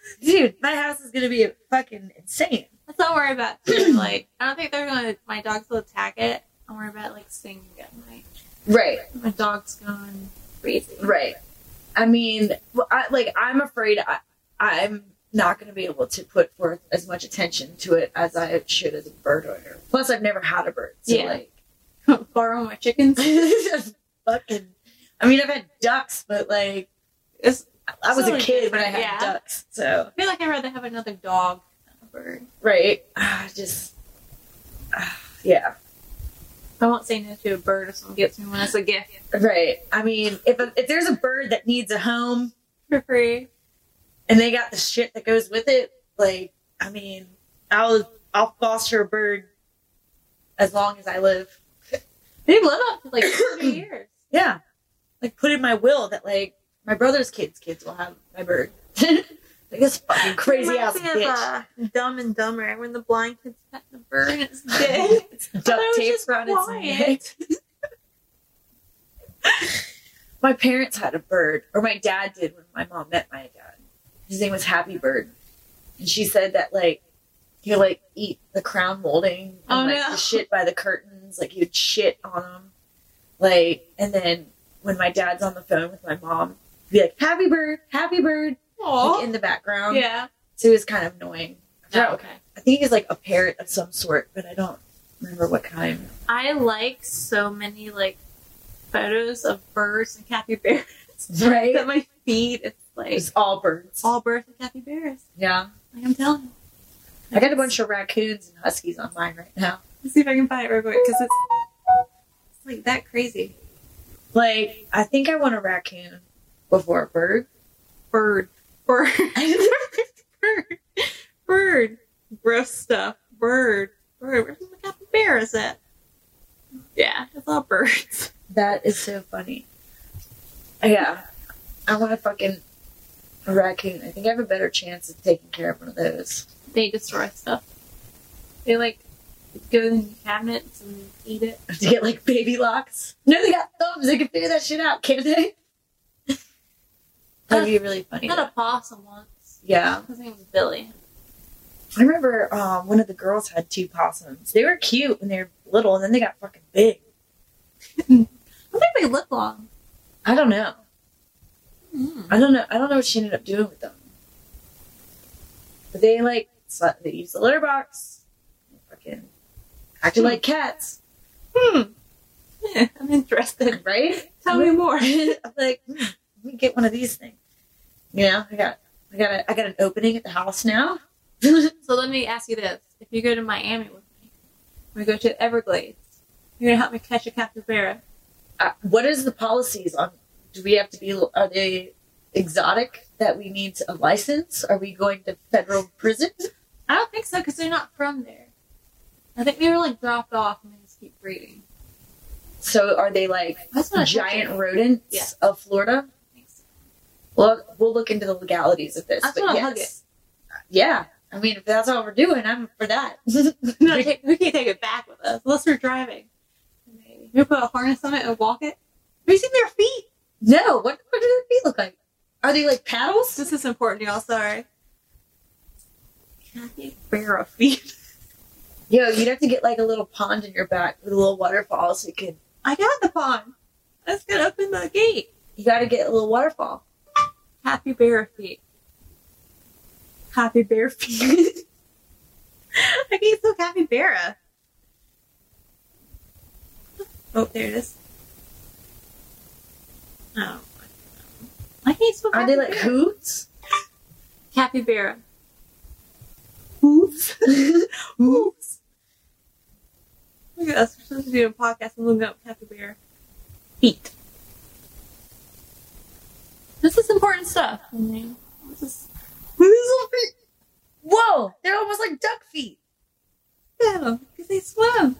S1: [laughs]
S2: dude my house is gonna be fucking insane
S1: let's not worry about it. like I don't think they're gonna my dogs will attack it. I'm worried about like singing at night.
S2: right
S1: My dog's gone crazy.
S2: Right. I mean, well, I, like I'm afraid I, I'm not going to be able to put forth as much attention to it as I should as a bird owner. Plus, I've never had a bird, so
S1: Yeah.
S2: like,
S1: Borrow my chickens.
S2: [laughs] fucking. I mean, I've had ducks, but like,
S1: It's-
S2: I- I was a
S1: Silly
S2: kid
S1: bird,
S2: when I had
S1: yeah.
S2: ducks, so
S1: I feel like I'd rather have another dog than a bird.
S2: right. [sighs] Ah, just ah, yeah.
S1: I won't say no to a bird if someone gets me one as a gift
S2: Right. I mean, if if there's a bird that needs a home,
S1: for free.
S2: and they got the shit that goes with it, like I mean, I'll I'll foster a bird as long as I live.
S1: They live up to like [coughs] 30 years.
S2: Yeah. Like put in my will that like my brother's kids' kids will have my bird. [laughs] like this fucking crazy ass
S1: Reminds me of,
S2: bitch.
S1: uh, Dumb and Dumber when the blind kid's petting the bird and
S2: [laughs]
S1: it's dead. thought
S2: Duct
S1: it was
S2: tape
S1: just
S2: around
S1: quiet.
S2: its neck. my parents had a bird, or my dad did when my mom met my dad. His name was Happy Bird. And she said that like he would like eat the crown molding and
S1: Oh,
S2: like
S1: no.
S2: the shit by the curtains, like he would shit on them. Like and then when my dad's on the phone with my mom, he'd be like, Happy Bird, Happy Bird like,
S1: Aw.
S2: in the background.
S1: yeah.
S2: So it was kind of annoying.
S1: Oh,
S2: I think he's like a parrot of some sort, but I don't remember what kind.
S1: I like so many like photos of birds and capybaras
S2: [laughs] Right?
S1: that my feed is like
S2: It's all birds.
S1: all birds and capybaras.
S2: yeah.
S1: Like I'm telling you.
S2: I got a bunch of raccoons and huskies on mine right now.
S1: Let's see if I can buy it real quick because it's, it's like that crazy.
S2: Like, I think I want a raccoon before a bird.
S1: Bird. [laughs] Bird. Bird. Bird. Gross stuff. Bird. Bird. Where's the capybaras at? Yeah, it's all birds. [laughs]
S2: That is so funny. Yeah. I want a fucking raccoon. I think I have a better chance of taking care of one of those. [laughs]
S1: They destroy stuff. They like go in cabinets and eat it.
S2: I have to get like baby locks. No, they got thumbs. They can figure that shit out, can't they? [laughs] That'd be really
S1: I
S2: funny.
S1: had a possum once.
S2: Yeah.
S1: His name was Billy.
S2: I remember um, one of the girls had two possums. They were cute when they were little, and then they got fucking big.
S1: I think they live long.
S2: I don't know.
S1: Mm.
S2: I don't know. I don't know what she ended up doing with them. But they like sl- they used the litter box, fucking acted like cats,
S1: Hmm. Yeah, I'm interested.
S2: right?
S1: Tell me [laughs] more.
S2: [laughs] I'm like, hmm, let me get one of these things. You know, I got, I got, a, I got an opening at the house now. [laughs]
S1: So let me ask you this: If you go to Miami with me, we go to the Everglades. You're gonna help me catch a capybara.
S2: uh, what is the policies on do we have to be are they exotic that we need a license are we going to federal prison
S1: I don't think so because they're not from there. I think they were like dropped off and they just keep breeding.
S2: so are they like
S1: That's what I
S2: giant
S1: thought
S2: rodents
S1: Yeah.
S2: of florida
S1: they were.
S2: well we'll look into the legalities of this
S1: I just
S2: but
S1: wanna
S2: yes.
S1: hug
S2: yeah i mean if that's all we're doing i'm for
S1: [laughs]
S2: that
S1: No, we can't- we can't take it back with us unless we're driving. Maybe we put a harness on it and walk it. Have you seen their feet?
S2: no what, what do their feet look like Are they like paddles?
S1: This is important, y'all. Sorry.
S2: Kathy Barra feet. Yo, you'd have to get like a little pond in your back with a little waterfall so you could.
S1: I got the pawn. Let's get up in the gate.
S2: You got to get a little waterfall.
S1: Happy bear feet. Happy bear feet. [laughs] I can't so happy bear. Oh, there it is. Oh. I can't spell
S2: Are they like hooves?
S1: capybara?
S2: Hooves.
S1: [laughs] Oops. Look at us. We're supposed to do a podcast and looking up capybara feet. This is important stuff. I mean, this is
S2: Whoa, they're almost like duck feet.
S1: them because they swim.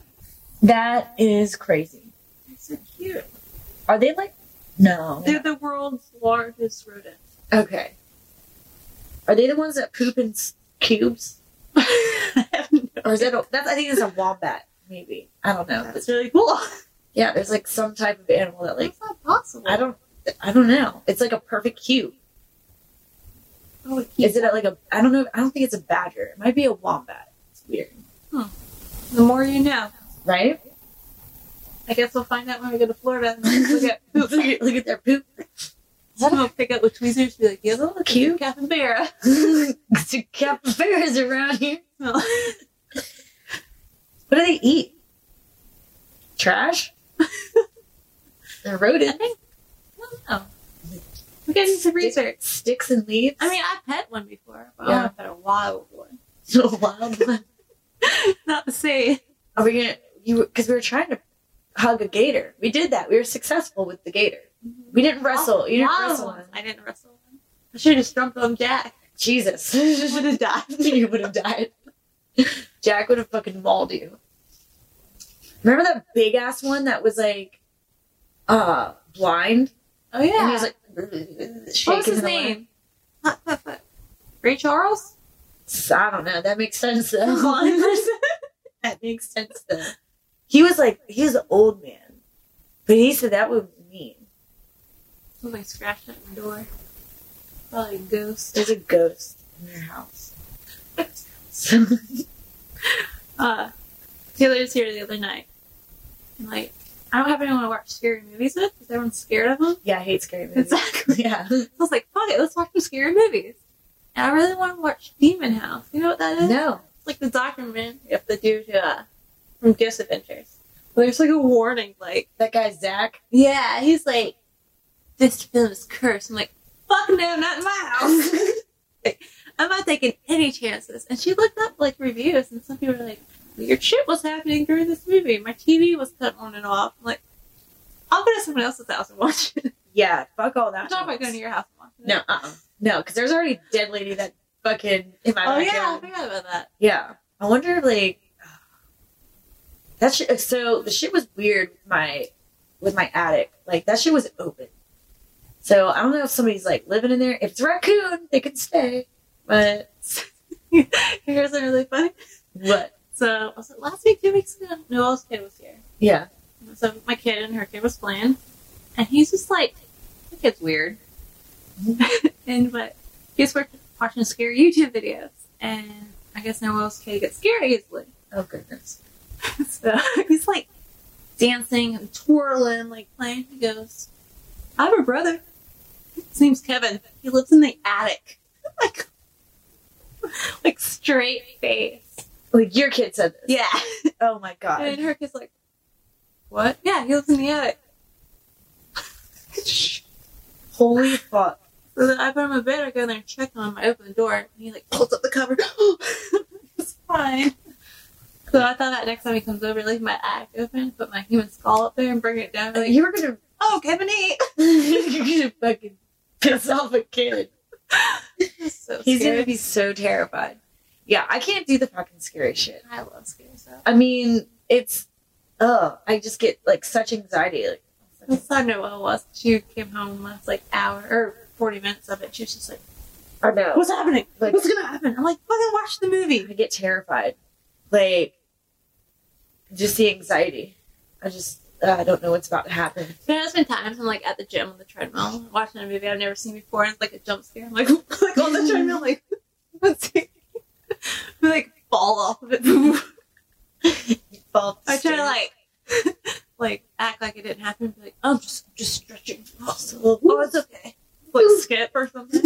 S2: That is crazy.
S1: They're so cute.
S2: Are they like? No.
S1: They're the world's largest [laughs] rodent.
S2: Okay. Are they the ones that poop in s- cubes? Or is that a, that's I think it's a wombat maybe. I don't know.
S1: That's really cool.
S2: Yeah, there's like some type of animal that like
S1: That's not possible.
S2: I don't I don't know. It's like a perfect cube.
S1: know what
S2: Is it like a I don't know I don't think it's a badger. It might be a wombat. It's weird.
S1: The more you know.
S2: Right?
S1: I guess we'll find out when we go to Florida and look [laughs] at poop.
S2: Look at, [laughs] look at their poop.
S1: I'm gonna pick up the tweezers and be like, yeah, look, it's a
S2: [laughs]
S1: [laughs]
S2: Cute.
S1: Capybara.
S2: It's a capybaras around here. What do they eat? Trash? [laughs] They're rodent.
S1: don't know. We're getting some research.
S2: Sticks and leaves. [laughs]
S1: I mean, I pet one before, but
S2: Yeah.
S1: I pet a wild one.
S2: so wild.
S1: Not the same.
S2: Are we gonna you? Because we were trying to hug a gator. We did that. We were successful with the gator. We
S1: Oh,
S2: didn't wrestle. You didn't
S1: Wild
S2: wrestle.
S1: ones.
S2: One.
S1: I didn't wrestle one. I should have just jumped on Jack.
S2: Jesus, [laughs]
S1: Would have died.
S2: you would have died. Jack would have fucking mauled you. Remember that big ass one that was like, uh, blind,
S1: Oh yeah.
S2: and he was like [laughs] shaking
S1: what was his
S2: in the water.
S1: name? Not, not, not. Ray Charles?
S2: I don't know. That makes
S1: [laughs]
S2: sense
S1: Blind
S2: though.
S1: [laughs] person?
S2: that makes sense though. He was like he was an old man, but he said that would mean
S1: Somebody scratched at my door. Probably a ghost.
S2: there's a ghost in
S1: [laughs]
S2: your house.
S1: Uh, Taylor was here the other night. And, like, I don't have anyone to watch scary movies with because everyone's scared of them.
S2: yeah, I hate scary movies.
S1: [laughs] Exactly. [laughs]
S2: yeah.
S1: I was like, fuck it, let's watch some scary movies. And I really want to watch Demon House. You know what that is?
S2: No.
S1: It's like the documentary of the dude who, uh, from Ghost Adventures. Well, there's like a warning, like,
S2: That guy
S1: [laughs]
S2: Zach.
S1: yeah, he's like, this film is cursed. I'm like, fuck no, not in my house. [laughs] I'm not taking any chances. And she looked up like reviews, and some people were like, "Weird shit was happening during this movie. My TV was cut on and off." I'm like, I'll go to someone else's house and watch it.
S2: yeah, fuck all
S1: I'm [laughs]
S2: that.
S1: not about going to your house and watching
S2: no,
S1: it.
S2: uh uh No, because there's already a dead lady that fucking in my
S1: Oh yeah, I
S2: backyard.
S1: forgot about that. [laughs]
S2: Yeah. I wonder if like that shit so the shit was weird with my with my attic. Like that shit was open. So I don't know if somebody's like living in there. If it's a raccoon, they can stay. But
S1: Here's something really funny.
S2: what?
S1: So was it last week, two weeks ago? Noel's kid was here.
S2: Yeah.
S1: So my kid and her kid was playing, and he's just like, "The kid's weird," [laughs] and but he's work- watching scary YouTube videos, and I guess Noel's kid gets scared easily.
S2: Oh goodness.
S1: [laughs] So he's like dancing and twirling, like playing. He goes, I have a brother. His name's Kevin. He lives in the attic. [laughs] like, like straight face.
S2: Like your kid said this.
S1: Yeah.
S2: [laughs] Oh my
S1: And
S2: god.
S1: her kid's like, What? Yeah, he lives in the attic.
S2: Holy fuck.
S1: So then I put him in bed. I go in there and check on him. I open the door, and he like pulls up the cover. [laughs] it's fine. So I thought that next time he comes over, leave my attic open, put my human skull up there, and bring it down. Be like,
S2: You were gonna [laughs]
S1: oh, Kevin, eat. [laughs]
S2: you should fucking piss off a kid.
S1: so
S2: He's
S1: scary.
S2: gonna be so terrified. Yeah, I can't do the fucking scary shit.
S1: I love scary stuff.
S2: I mean, it's ugh. I just get like such anxiety. Like,
S1: That's how Noelle was. She came home last like hour or forty minutes of it. She was just like,
S2: I know.
S1: "What's happening?
S2: Like-
S1: What's gonna happen?" I'm like, "Fucking watch the
S2: I
S1: movie."
S2: get terrified. Like, just the anxiety. I just I don't know what's about to happen.
S1: There has been times I'm like at the gym on the treadmill watching a movie I've never seen before, and it's like a jump scare. I'm like, [laughs] like on the treadmill, like let's see, [laughs] I, like fall off of it. [laughs] I try to like like act like it didn't happen. Be like, "Oh, I'm just just stretching.
S2: Muscle.
S1: Oh, it's okay. Like skip or something.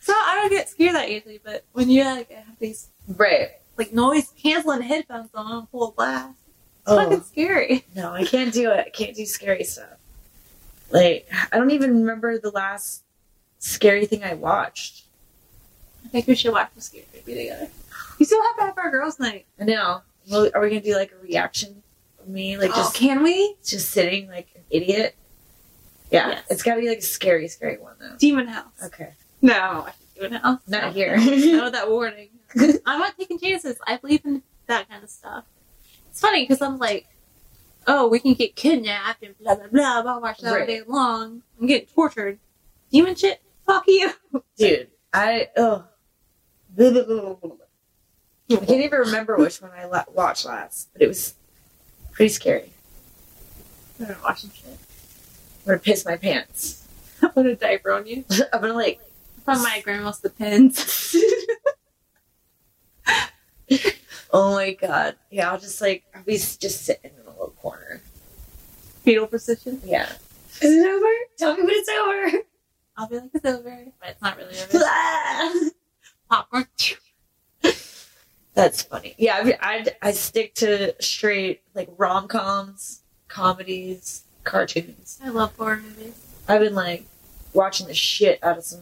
S1: so I don't get scared that easily, but when you like have these
S2: Right.
S1: like noise canceling headphones on full blast, it's
S2: Oh.
S1: fucking scary.
S2: No, I can't do it. I can't do scary stuff. Like, I don't even remember the last scary thing I watched.
S1: I think we should watch the scary movie together. You still have to have our girls' night.
S2: I know. Well, are we gonna do like a reaction of me, like
S1: oh,
S2: just
S1: can we?
S2: just sitting like an idiot? Yeah,
S1: Yes.
S2: it's gotta be like a scary, scary one though.
S1: Demon House.
S2: Okay,
S1: No, I'm not watching Demon House.
S2: not here. [laughs]
S1: no, that warning. I'm not taking chances. I believe in that kind of stuff. It's funny because I'm like, oh, we can get kidnapped and blah blah blah. I'll watch that all
S2: Right.
S1: day long. I'm getting tortured. Demon shit. Fuck you. [laughs]
S2: Dude, I oh, I can't even remember which one I la- watched last, but it was pretty scary.
S1: I'm not watching shit.
S2: I'm gonna piss my pants. [laughs]
S1: I put a diaper on you.
S2: I'm gonna like
S1: From my grandma's the pins.
S2: Oh my god. Yeah, I'll just like I'll be s- just sitting in a little corner.
S1: [laughs] Fetal position.
S2: Yeah. Is it over? Tell me when it's [laughs] over.
S1: I'll be like, it's over, but it's not really over.
S2: [laughs] Ah!
S1: Popcorn.
S2: That's funny. Yeah, I, mean, I I stick to straight like rom coms, comedies, cartoons.
S1: I love horror movies.
S2: I've been like watching the shit out of some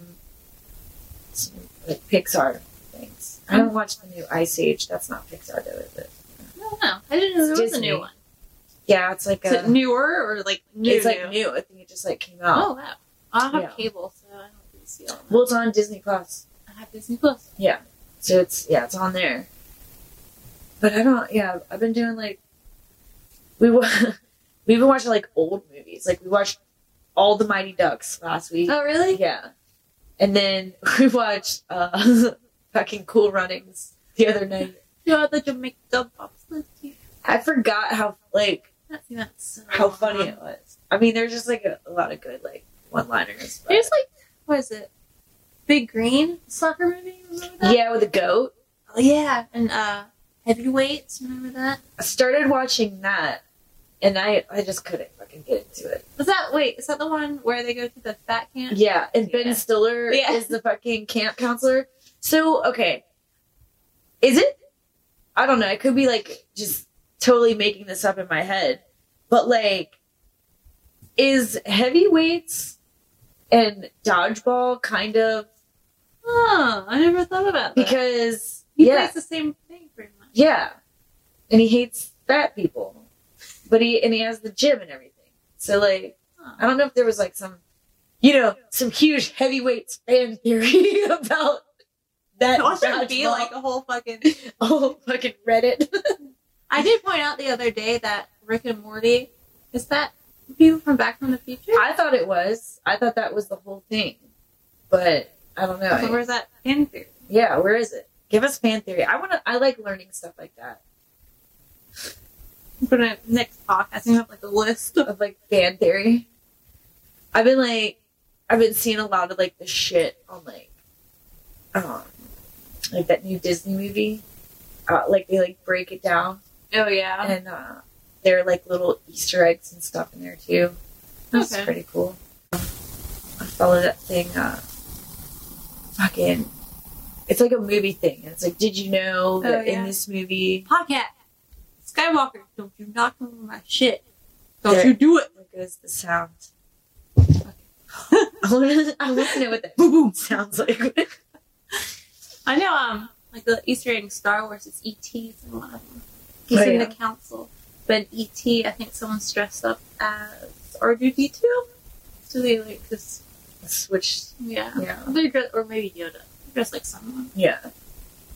S2: some like Pixar things. I haven't watched the new Ice Age. That's not Pixar though, is it?
S1: I don't know. I didn't know there was a
S2: Disney.
S1: new one.
S2: Yeah, it's like
S1: Is it
S2: a
S1: newer or like new?
S2: it's like
S1: new?
S2: new. I think it just like came out.
S1: Oh wow! I don't have
S2: Yeah.
S1: cable, so I don't really see all that.
S2: Well, it's on Disney Plus.
S1: I have Disney Plus.
S2: So it's yeah, it's on there. But I don't. Yeah, I've been doing like we wa- [laughs] we've been watching like old movies. Like we watched all the Mighty Ducks last week.
S1: Oh really?
S2: Yeah, and then [laughs] we watched uh, [laughs] fucking Cool Runnings the other night.
S1: You know the Jamaica bobsled team.
S2: I forgot how like
S1: Not seen that. So
S2: how
S1: long.
S2: funny it was. I mean, there's just like a, a lot of good like one-liners. but-
S1: There's like what is it? Big Green soccer movie. Remember that?
S2: yeah, with a goat.
S1: Oh, yeah. And uh, heavyweights. Remember that?
S2: I started watching that, and I I just couldn't fucking get into it.
S1: Was that wait? Is that the one where they go to the fat camp?
S2: Yeah, and Ben
S1: Yeah.
S2: Stiller
S1: Yeah.
S2: is the fucking camp counselor. So okay, is it? I don't know. I could be like just totally making this up in my head, but like, is heavyweights and dodgeball kind of
S1: Oh, I never thought about that.
S2: because
S1: he
S2: yeah,
S1: plays the same thing pretty much.
S2: yeah, and he hates fat people, but he and he has the gym and everything. So like,
S1: Huh.
S2: I don't know if there was like some, you know, some huge heavyweights fan theory [laughs] about that.
S1: Watch it be
S2: dodgeball.
S1: like a whole fucking
S2: oh [laughs] fucking Reddit.
S1: I did point out the other day that Rick and Morty is that people from Back from the Future?
S2: [laughs] I thought it was. I thought that was the whole thing, but I don't know.
S1: Or is that fan theory?
S2: yeah, where is it? Give us fan theory. I want to. I like learning stuff like that
S1: I'm gonna next podcast and have like a list.
S2: of like fan theory. I've been like, I've been seeing a lot of like the shit on like, um, like that new Disney movie. Uh, like they like break it down
S1: Oh yeah.
S2: and uh, there are like little Easter eggs and stuff in there too. That's
S1: Okay.
S2: pretty cool. I follow that thing. Uh, fucking, it's like a movie thing. It's like, did you know that
S1: yeah.
S2: in this movie
S1: Podcast. Skywalker, don't you knock over my shit. Don't
S2: Yeah.
S1: you do it.
S2: there goes the [laughs] sound? I want to. I want to know what that boom boom sounds like. [laughs]
S1: I know um like the Easter egg in Star Wars E it's ET's in one of them. He's
S2: Oh,
S1: in
S2: yeah.
S1: the council. But ET I think someone's dressed up as R two D two. So they like this
S2: Switch.
S1: yeah.
S2: Yeah.
S1: They dress or maybe Yoda. Dress like someone.
S2: Yeah.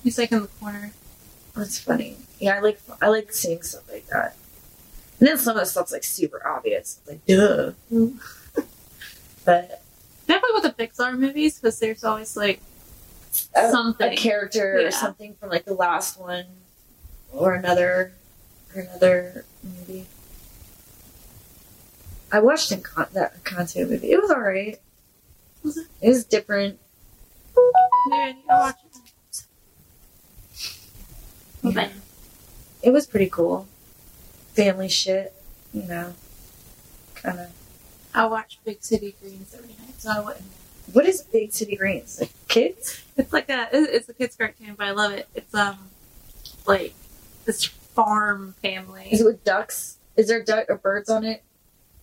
S1: He's like in the corner.
S2: That's funny. Yeah, I like I like seeing stuff like that. And then some of the stuff's like super obvious. It's like duh.
S1: Mm.
S2: but
S1: Definitely with the Pixar movies, because there's always like
S2: a,
S1: something.
S2: a character
S1: Yeah.
S2: or something from like the last one or another or another movie. I watched in con- that Encanto movie. It was alright.
S1: Was it?
S2: It was different.
S1: Maybe I need to watch it.
S2: Yeah. It was pretty cool. Family shit, you know. Kind of.
S1: I watch Big City Greens every night, so I wouldn't.
S2: What is Big City Greens? Like kids?
S1: It's like a it- it's a kids cartoon, but I love it. It's um like this farm family.
S2: Is it with ducks? Is there duck or birds on it?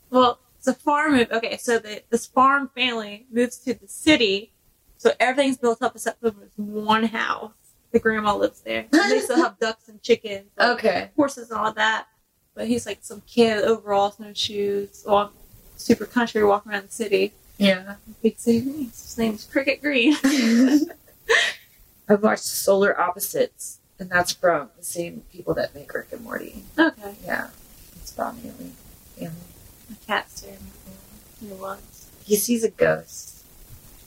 S1: Well, it's a farm move. Okay, so the, this farm family moves to the city, so everything's built up except for this one house. The grandma lives there. And they still
S2: [laughs]
S1: have ducks and chickens, and
S2: Okay.
S1: horses and all that. But he's like some kid, with overalls, no shoes, all super country, walking around the city.
S2: Yeah.
S1: Big city. Greens. His name's Cricket Green. [laughs]
S2: I've watched Solar Opposites, and that's from the same people that make Rick and Morty.
S1: okay,
S2: Yeah. It's about Neely. Yeah.
S1: my cat's staring at me. He was
S2: He sees a ghost.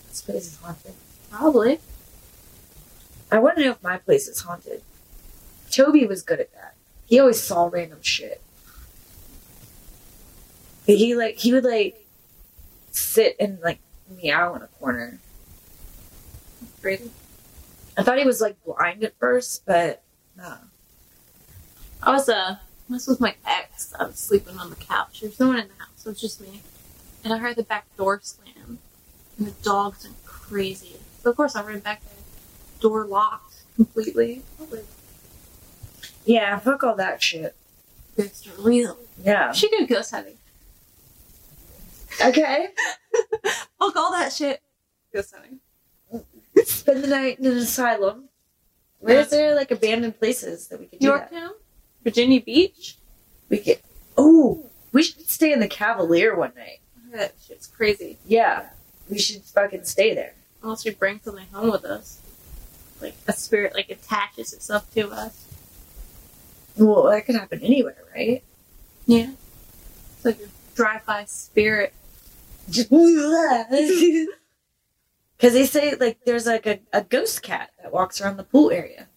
S2: This place is haunted.
S1: probably.
S2: I want to know if my place is haunted. Toby was good at that. He always saw random shit. But he like he would like sit and like meow in a corner.
S1: Crazy.
S2: I thought he was like blind at first, but uh, no.
S1: I was uh this was my ex. I was sleeping on the couch. There was no one in the house, it was just me. And I heard the back door slam. And the dogs went crazy. So of course I ran back there. Door locked completely.
S2: Yeah, fuck all that shit.
S1: Ghosts are real.
S2: Yeah.
S1: She could ghost hunting.
S2: Okay.
S1: Fuck all that shit. Ghost hunting.
S2: Spend the night in an asylum. Where is there like abandoned places that we could do that?
S1: Yorktown? Virginia Beach?
S2: We could. Oh, we should stay in the Cavalier one night.
S1: That shit's crazy.
S2: Yeah, we should fucking stay there.
S1: Unless we bring something home with us. Like a spirit like attaches itself to us.
S2: Well, that could happen anywhere, [laughs] right?
S1: Yeah. It's like a drive by spirit.
S2: Because they say like there's like a, a ghost cat that walks around the pool area.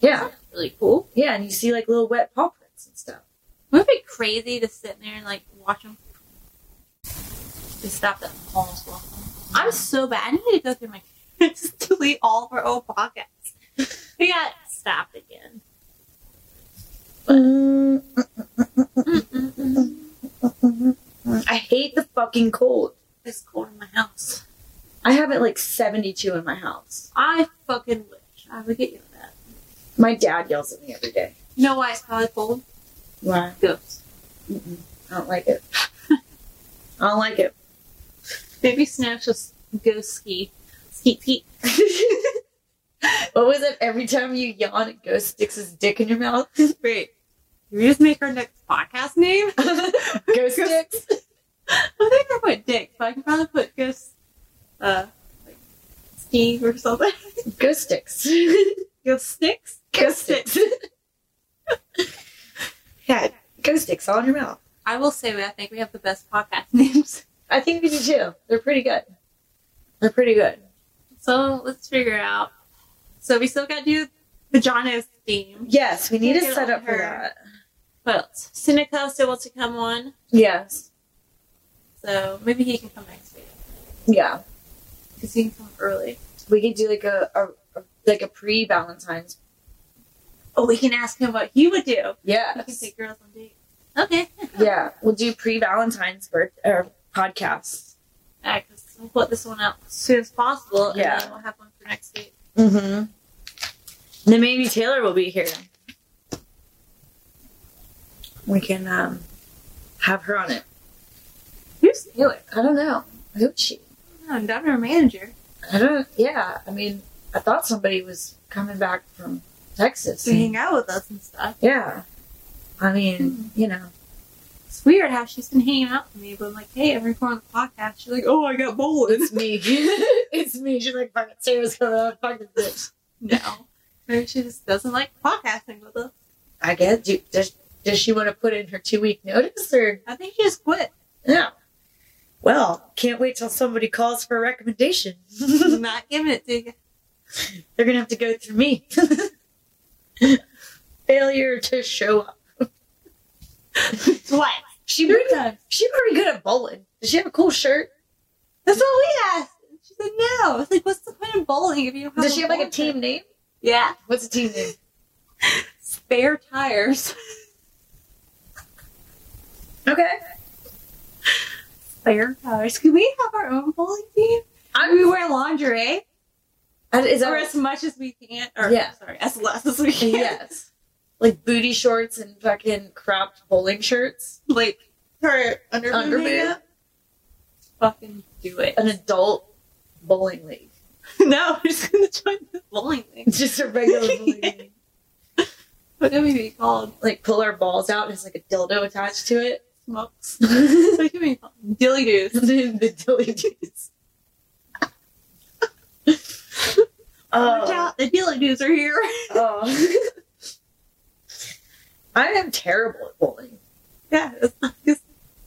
S2: Yeah,
S1: Really cool.
S2: yeah, and you see like little wet paw prints and stuff.
S1: Wouldn't it be crazy to sit there and like watch them? They stopped at almost walking. I'm so bad. I need to go through my [laughs] just delete all of our old [laughs] podcasts. We got stopped again.
S2: Mm,
S1: Mm-mm-mm.
S2: I hate the fucking cold.
S1: It's cold in my house.
S2: I have it like 72 in my house.
S1: I fucking wish I would get you that.
S2: My dad yells at me every day.
S1: You know why it's probably cold?
S2: Why?
S1: Ghosts.
S2: Mm-mm. I don't like it. I don't like it. [laughs]
S1: Maybe Snatch just go ski. Ski ski.
S2: what was it? Every time you yawn, a ghost sticks his dick in your mouth.
S1: [laughs]
S2: [laughs]
S1: Wait. Can we just make our next podcast name? [laughs] I
S2: Ghost dicks.
S1: think I put dick, but I can probably put ghost uh like ski or something. [laughs]
S2: [laughs] Ghost sticks.
S1: Ghost sticks?
S2: Ghost sticks. yeah, ghost sticks all in your mouth.
S1: I will say that I think we have the best podcast [laughs] names.
S2: I think we do too. They're pretty good. They're pretty good.
S1: So let's figure it out. So we still gotta do Vagina's theme.
S2: Yes, we need a
S1: Get on
S2: setup for
S1: her.
S2: that.
S1: What else? Seneca still wants to come on.
S2: Yes.
S1: So maybe he can come next week.
S2: Yeah.
S1: Because he can come early.
S2: We could do like a, a, a like a pre Valentine's.
S1: Oh, we can ask him what he would do. He can [laughs]
S2: Yes.
S1: take girls on dates. Okay.
S2: Yeah, we'll do pre Valentine's birth er, or podcast.
S1: Alright, we we'll put this one out as soon as possible.
S2: Yeah.
S1: And then we'll have one for next week.
S2: Mm-hmm. Then maybe Taylor will be here. We can um, have her on it.
S1: Who's Taylor?
S2: I don't know. Who is she?
S1: I'm down to our manager.
S2: I don't. Yeah, I mean, I thought somebody was coming back from Texas.
S1: To hang out with us and stuff.
S2: Yeah, I mean, you know.
S1: It's weird how she's been hanging out with me, but I'm like, hey, I'm recording the podcast. She's like, oh, I got
S2: [laughs]
S1: bowling.
S2: It's me. it's me. She's like, fucking Taylor's going on. Fucking bitch.
S1: no. Maybe she just doesn't like podcasting with us.
S2: I guess. Do, does, does she want to put in her two week notice or
S1: I think she just
S2: [laughs]
S1: quit.
S2: no? Well, can't wait till somebody calls for a recommendation. [laughs]
S1: I'm not giving it to you.
S2: They're gonna have to go through me. [laughs] Failure to show up.
S1: Twice.
S2: She
S1: three
S2: pretty,
S1: times.
S2: she pretty good at bowling. Does she have a cool shirt?
S1: That's what we asked. And She said no. I was like, what's the point of bowling if you don't have?
S2: Does she have like a
S1: bowling
S2: team
S1: pin?
S2: name?
S1: Yeah,
S2: What's a team name?
S1: spare tires.
S2: Okay.
S1: Spare tires. Uh, [laughs] Can we have our own bowling team?
S2: I'm.
S1: We wear lingerie,
S2: Is that
S1: or as much as we can, or
S2: Yeah.
S1: sorry, as less as we can.
S2: [laughs] yes. Like booty shorts and fucking cropped bowling shirts.
S1: [laughs] like
S3: Her underboob.
S2: Underboob.
S3: makeup?
S1: fucking do it. [laughs]
S2: An adult bowling league. [laughs]
S1: no, we're just gonna join the bowling thing.
S2: Just a regular bowling league.
S1: What do we be called?
S2: Like pull our balls out and it's like a dildo attached to
S1: [laughs]
S2: it. [laughs]
S1: Smokes.
S2: the
S1: what do we be called? Dilly doos.
S2: dilly
S1: [laughs]
S2: doos. Oh.
S1: Watch out, the dilly doos are here. [laughs]
S2: Oh. [laughs] I am terrible at bowling.
S1: yeah, it's, it's,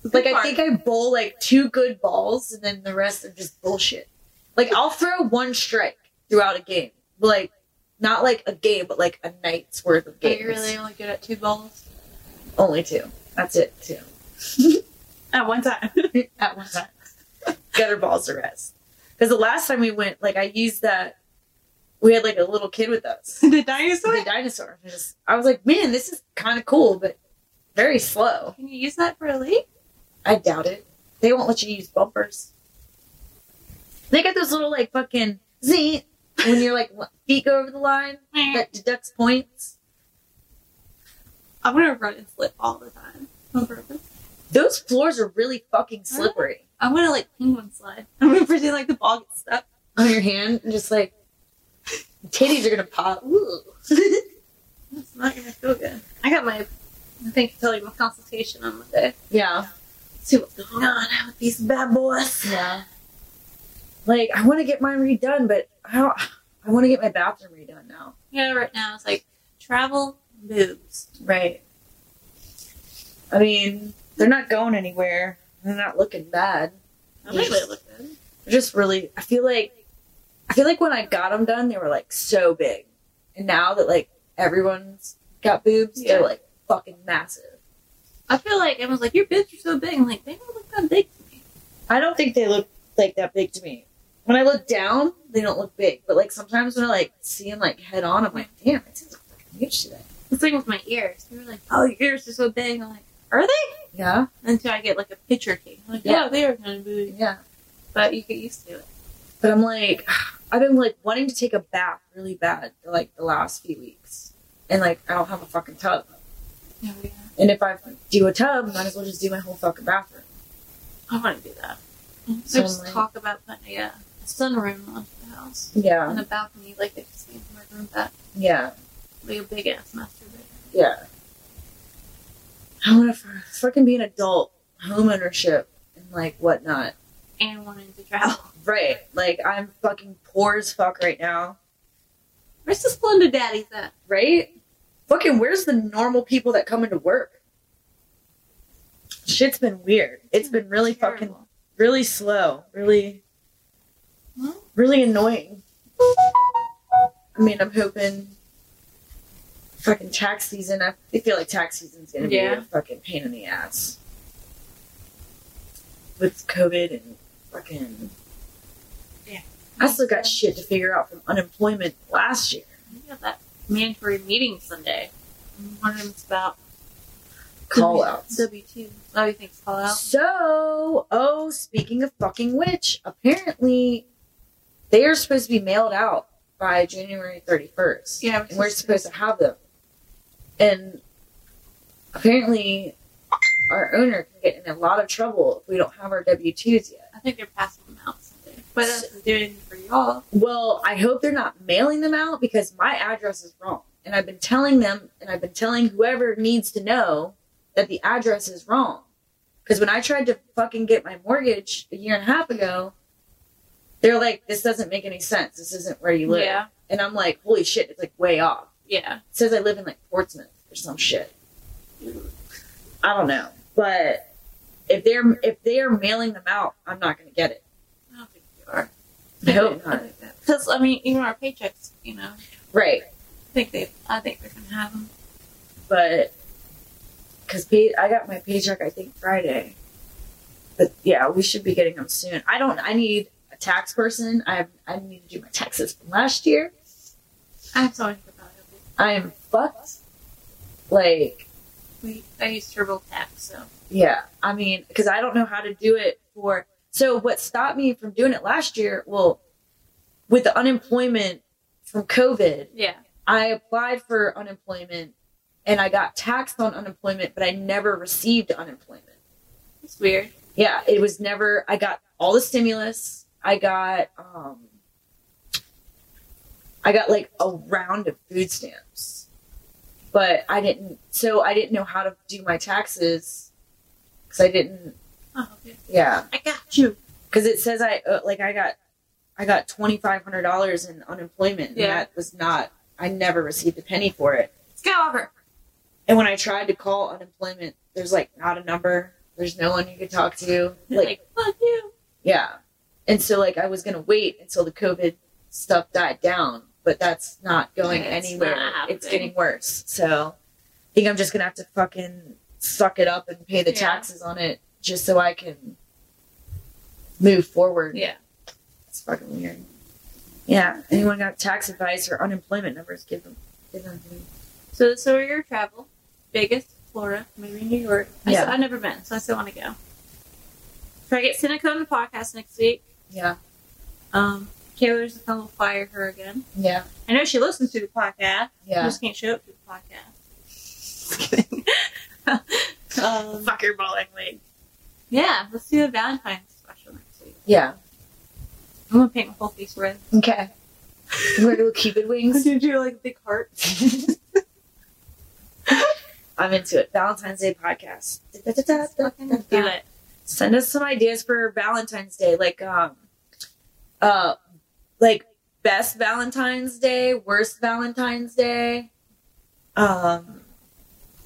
S1: it's
S2: Like
S1: good
S2: I
S1: part.
S2: think I bowl like two good balls and then the rest are just bullshit. Like I'll throw one strike throughout a game. Like not like a game, but like a night's worth of
S1: Are
S2: games.
S1: you really only good at two balls
S2: Only two. That's it too.
S1: at one time. [laughs]
S2: [laughs] at one time. Gutter balls the rest. Because the last time we went, like I used that we had like a little kid
S1: [laughs]
S2: with us.
S1: the
S2: The
S1: dinosaur.
S2: dinosaur. It was- I was like, man, this is kinda cool, but very slow.
S1: Can you use that for a league?
S2: I doubt it. They won't let you use bumpers. They got those little like fucking zing when your like feet go over the line that deducts points.
S1: I'm gonna run and slip all the time on purpose.
S2: Those floors are really fucking slippery
S1: I'm gonna like penguin slide. [laughs] I'm gonna pretend like the ball gets stuck.
S2: on your hand, and just like titties are gonna pop. Ooh.
S1: It's not gonna feel good. I got my, I think I told you my consultation on Monday.
S2: yeah,
S1: See what's going on with these bad boys.
S2: yeah. Like I want to get mine redone, but I don't. I want to get my bathroom redone now.
S1: Yeah, right now it's like travel boobs.
S2: Right. I mean, they're not going anywhere. They're not looking bad.
S1: I might
S2: Yes.
S1: look good.
S2: They're just really i feel like i feel like when i got them done they were like so big and now that like everyone's got boobs
S1: Yeah.
S2: they're like fucking massive
S1: I feel like everyone's like, your boobs are so big. I'm like, they don't look that big to me.
S2: i don't think they look like that big to me when i look down they don't look big but like sometimes when i like see them like head on i'm like damn it seems fucking huge today
S1: It's like with my ears. They were like, oh, your ears are so big. I'm like, are they?
S2: yeah
S1: Until I get like a picture taken. I'm like,
S2: Yeah.
S1: yeah, they are kind of big.
S2: yeah
S1: But you get used to it.
S2: but i'm like [sighs] i've been like wanting to take a bath really bad for like the last few weeks and like i don't have a fucking tub
S1: Yeah, yeah.
S2: and if i do a tub might as well just do my whole fucking bathroom
S1: I want to do that.
S2: So
S1: So just
S2: like-
S1: talk about putting a, uh, sunroom on the house
S2: yeah
S1: and a balcony, like I just made my room back,
S2: Yeah,
S1: like a big ass master bedroom.
S2: yeah. I want to fucking be an adult, home ownership, and like whatnot.
S1: And wanting to travel.
S2: Right. Like I'm fucking poor as fuck right now.
S1: [laughs] Where's the Splendid Daddies at?
S2: Right. Fucking where's the normal people that come into work? Shit's been weird. It's been really fucking
S1: Terrible.
S2: really slow. Really,
S1: Well,
S2: really annoying. I mean, I'm hoping. Fucking tax season. I I feel like tax season's gonna be
S1: Yeah.
S2: a fucking pain in the ass. With COVID and fucking.
S1: Yeah.
S2: I still got shit to figure out from unemployment last year.
S1: We have that mandatory meeting Sunday. One of them's about
S2: Call outs.
S1: W two. Oh, you think it's call out?
S2: So, oh, speaking of fucking which, apparently they are supposed to be mailed out by January 31st.
S1: Yeah,
S2: and we're supposed to have them. And apparently, our owner can get in a lot of trouble if we don't have our W 2s yet.
S1: I think they're passing them out Sunday, but that's doing it for y'all.
S2: Well, I hope they're not mailing them out because my address is wrong. And I've been telling them, and I've been telling whoever needs to know that the address is wrong. Because when I tried to fucking get my mortgage a year and a half ago, they're like, this doesn't make any sense. This isn't where you live.
S1: Yeah,
S2: And I'm like, holy shit, it's like way off.
S1: yeah.
S2: It says I live in like Portsmouth or some shit. I don't know. But if they're if they are mailing them out, I'm not gonna get it.
S1: I don't think you are.
S2: I hope not.
S1: Because [laughs] I mean, even our paychecks. You know, I
S2: Right.
S1: think they. I think they're gonna have them.
S2: But because pay- I got my paycheck I think Friday. But yeah, we should be getting them soon. I don't. I need a tax person. I I need to do my taxes from last year.
S1: I'm so about it.
S2: I am fucked. Like
S1: We I use TurboTax, so
S2: yeah, I mean, because I don't know how to do it for. So what stopped me from doing it last year? Well, with the unemployment from COVID,
S1: yeah.
S2: I applied for unemployment and I got taxed on unemployment, but I never received unemployment.
S1: It's weird.
S2: Yeah, it was never, I got all the stimulus. I got, um, I got like a round of food stamps, but I didn't, so I didn't know how to do my taxes because I didn't,
S1: Oh, okay.
S2: yeah,
S1: I got you.
S2: because it says I, uh, like, I got, I got $2,500 in unemployment. And
S1: Yeah.
S2: That was not, I never received a penny for it.
S1: Let's go over.
S2: And when I tried to call unemployment, there's like not a number. There's no one you could talk to.
S1: Like,
S2: Like,
S1: fuck you.
S2: yeah. And so like I was gonna wait until the COVID stuff died down, but that's not going
S1: It's
S2: anywhere.
S1: not happening.
S2: it's getting worse. So I think I'm just gonna have to fucking suck it up and pay the
S1: Yeah.
S2: taxes on it just so I can move forward.
S1: Yeah.
S2: It's fucking weird. Yeah. Anyone got tax advice or unemployment numbers? Give them. Give them to me.
S1: So this is your travel. Vegas, Florida, maybe New York. I
S2: Yeah.
S1: still- I've never been, so I still want to go. So I get Seneca on the podcast next week.
S2: Yeah.
S1: Um, Taylor's gonna will fire her again.
S2: Yeah.
S1: I know she listens to the podcast. I
S2: Yeah.
S1: just can't show up to the podcast. [laughs] um,
S3: Fuck your bowling league.
S1: yeah, let's do a Valentine's special next week.
S2: Yeah.
S1: I'm gonna paint my whole face red.
S2: Okay. I'm gonna do cupid wings.
S1: Did you like a big heart?
S2: [laughs] I'm into it. Valentine's Day podcast.
S1: [laughs] Let's fucking do it.
S2: Send us some ideas for Valentine's Day, like um, uh, like best Valentine's Day, worst Valentine's Day. Um,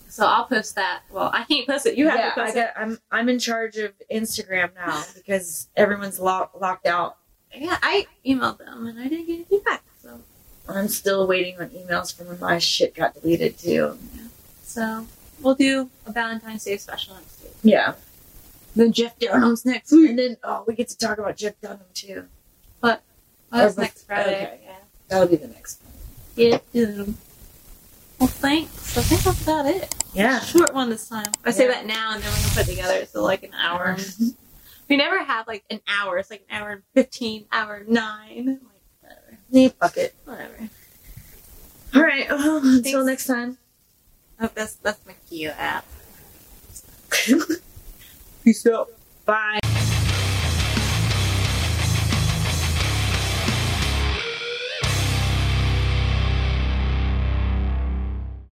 S1: So I'll post that. Well, I can't post it. You have
S2: yeah,
S1: to post
S2: I got, I'm I'm in charge of Instagram
S1: [laughs]
S2: now because everyone's lo- locked out.
S1: it. Yeah, I emailed them and I didn't get anything back. So,
S2: I'm still waiting on emails from when my shit got deleted too.
S1: so we'll do a Valentine's Day special next week.
S2: Yeah,
S1: Then Jeff Dunham's next
S2: and then oh, we get to talk about Jeff Dunham too.
S1: Oh, that's
S2: Okay.
S1: next Friday.
S2: Okay. That'll be the next. one.
S1: Yeah. Get them. Well, thanks. I think that's about it.
S2: Yeah.
S1: Short one this time. I say
S2: Yeah.
S1: that now and then we can put it together. So like an
S2: [laughs]
S1: hour. We never have like an hour. It's like an hour and fifteen, hour nine. Like whatever,
S2: Yeah, fuck it.
S1: whatever.
S2: All right. [laughs] Well, until
S1: Thanks.
S2: next time.
S1: Oh, that's that's my cue app.
S2: [laughs] Peace out. Bye.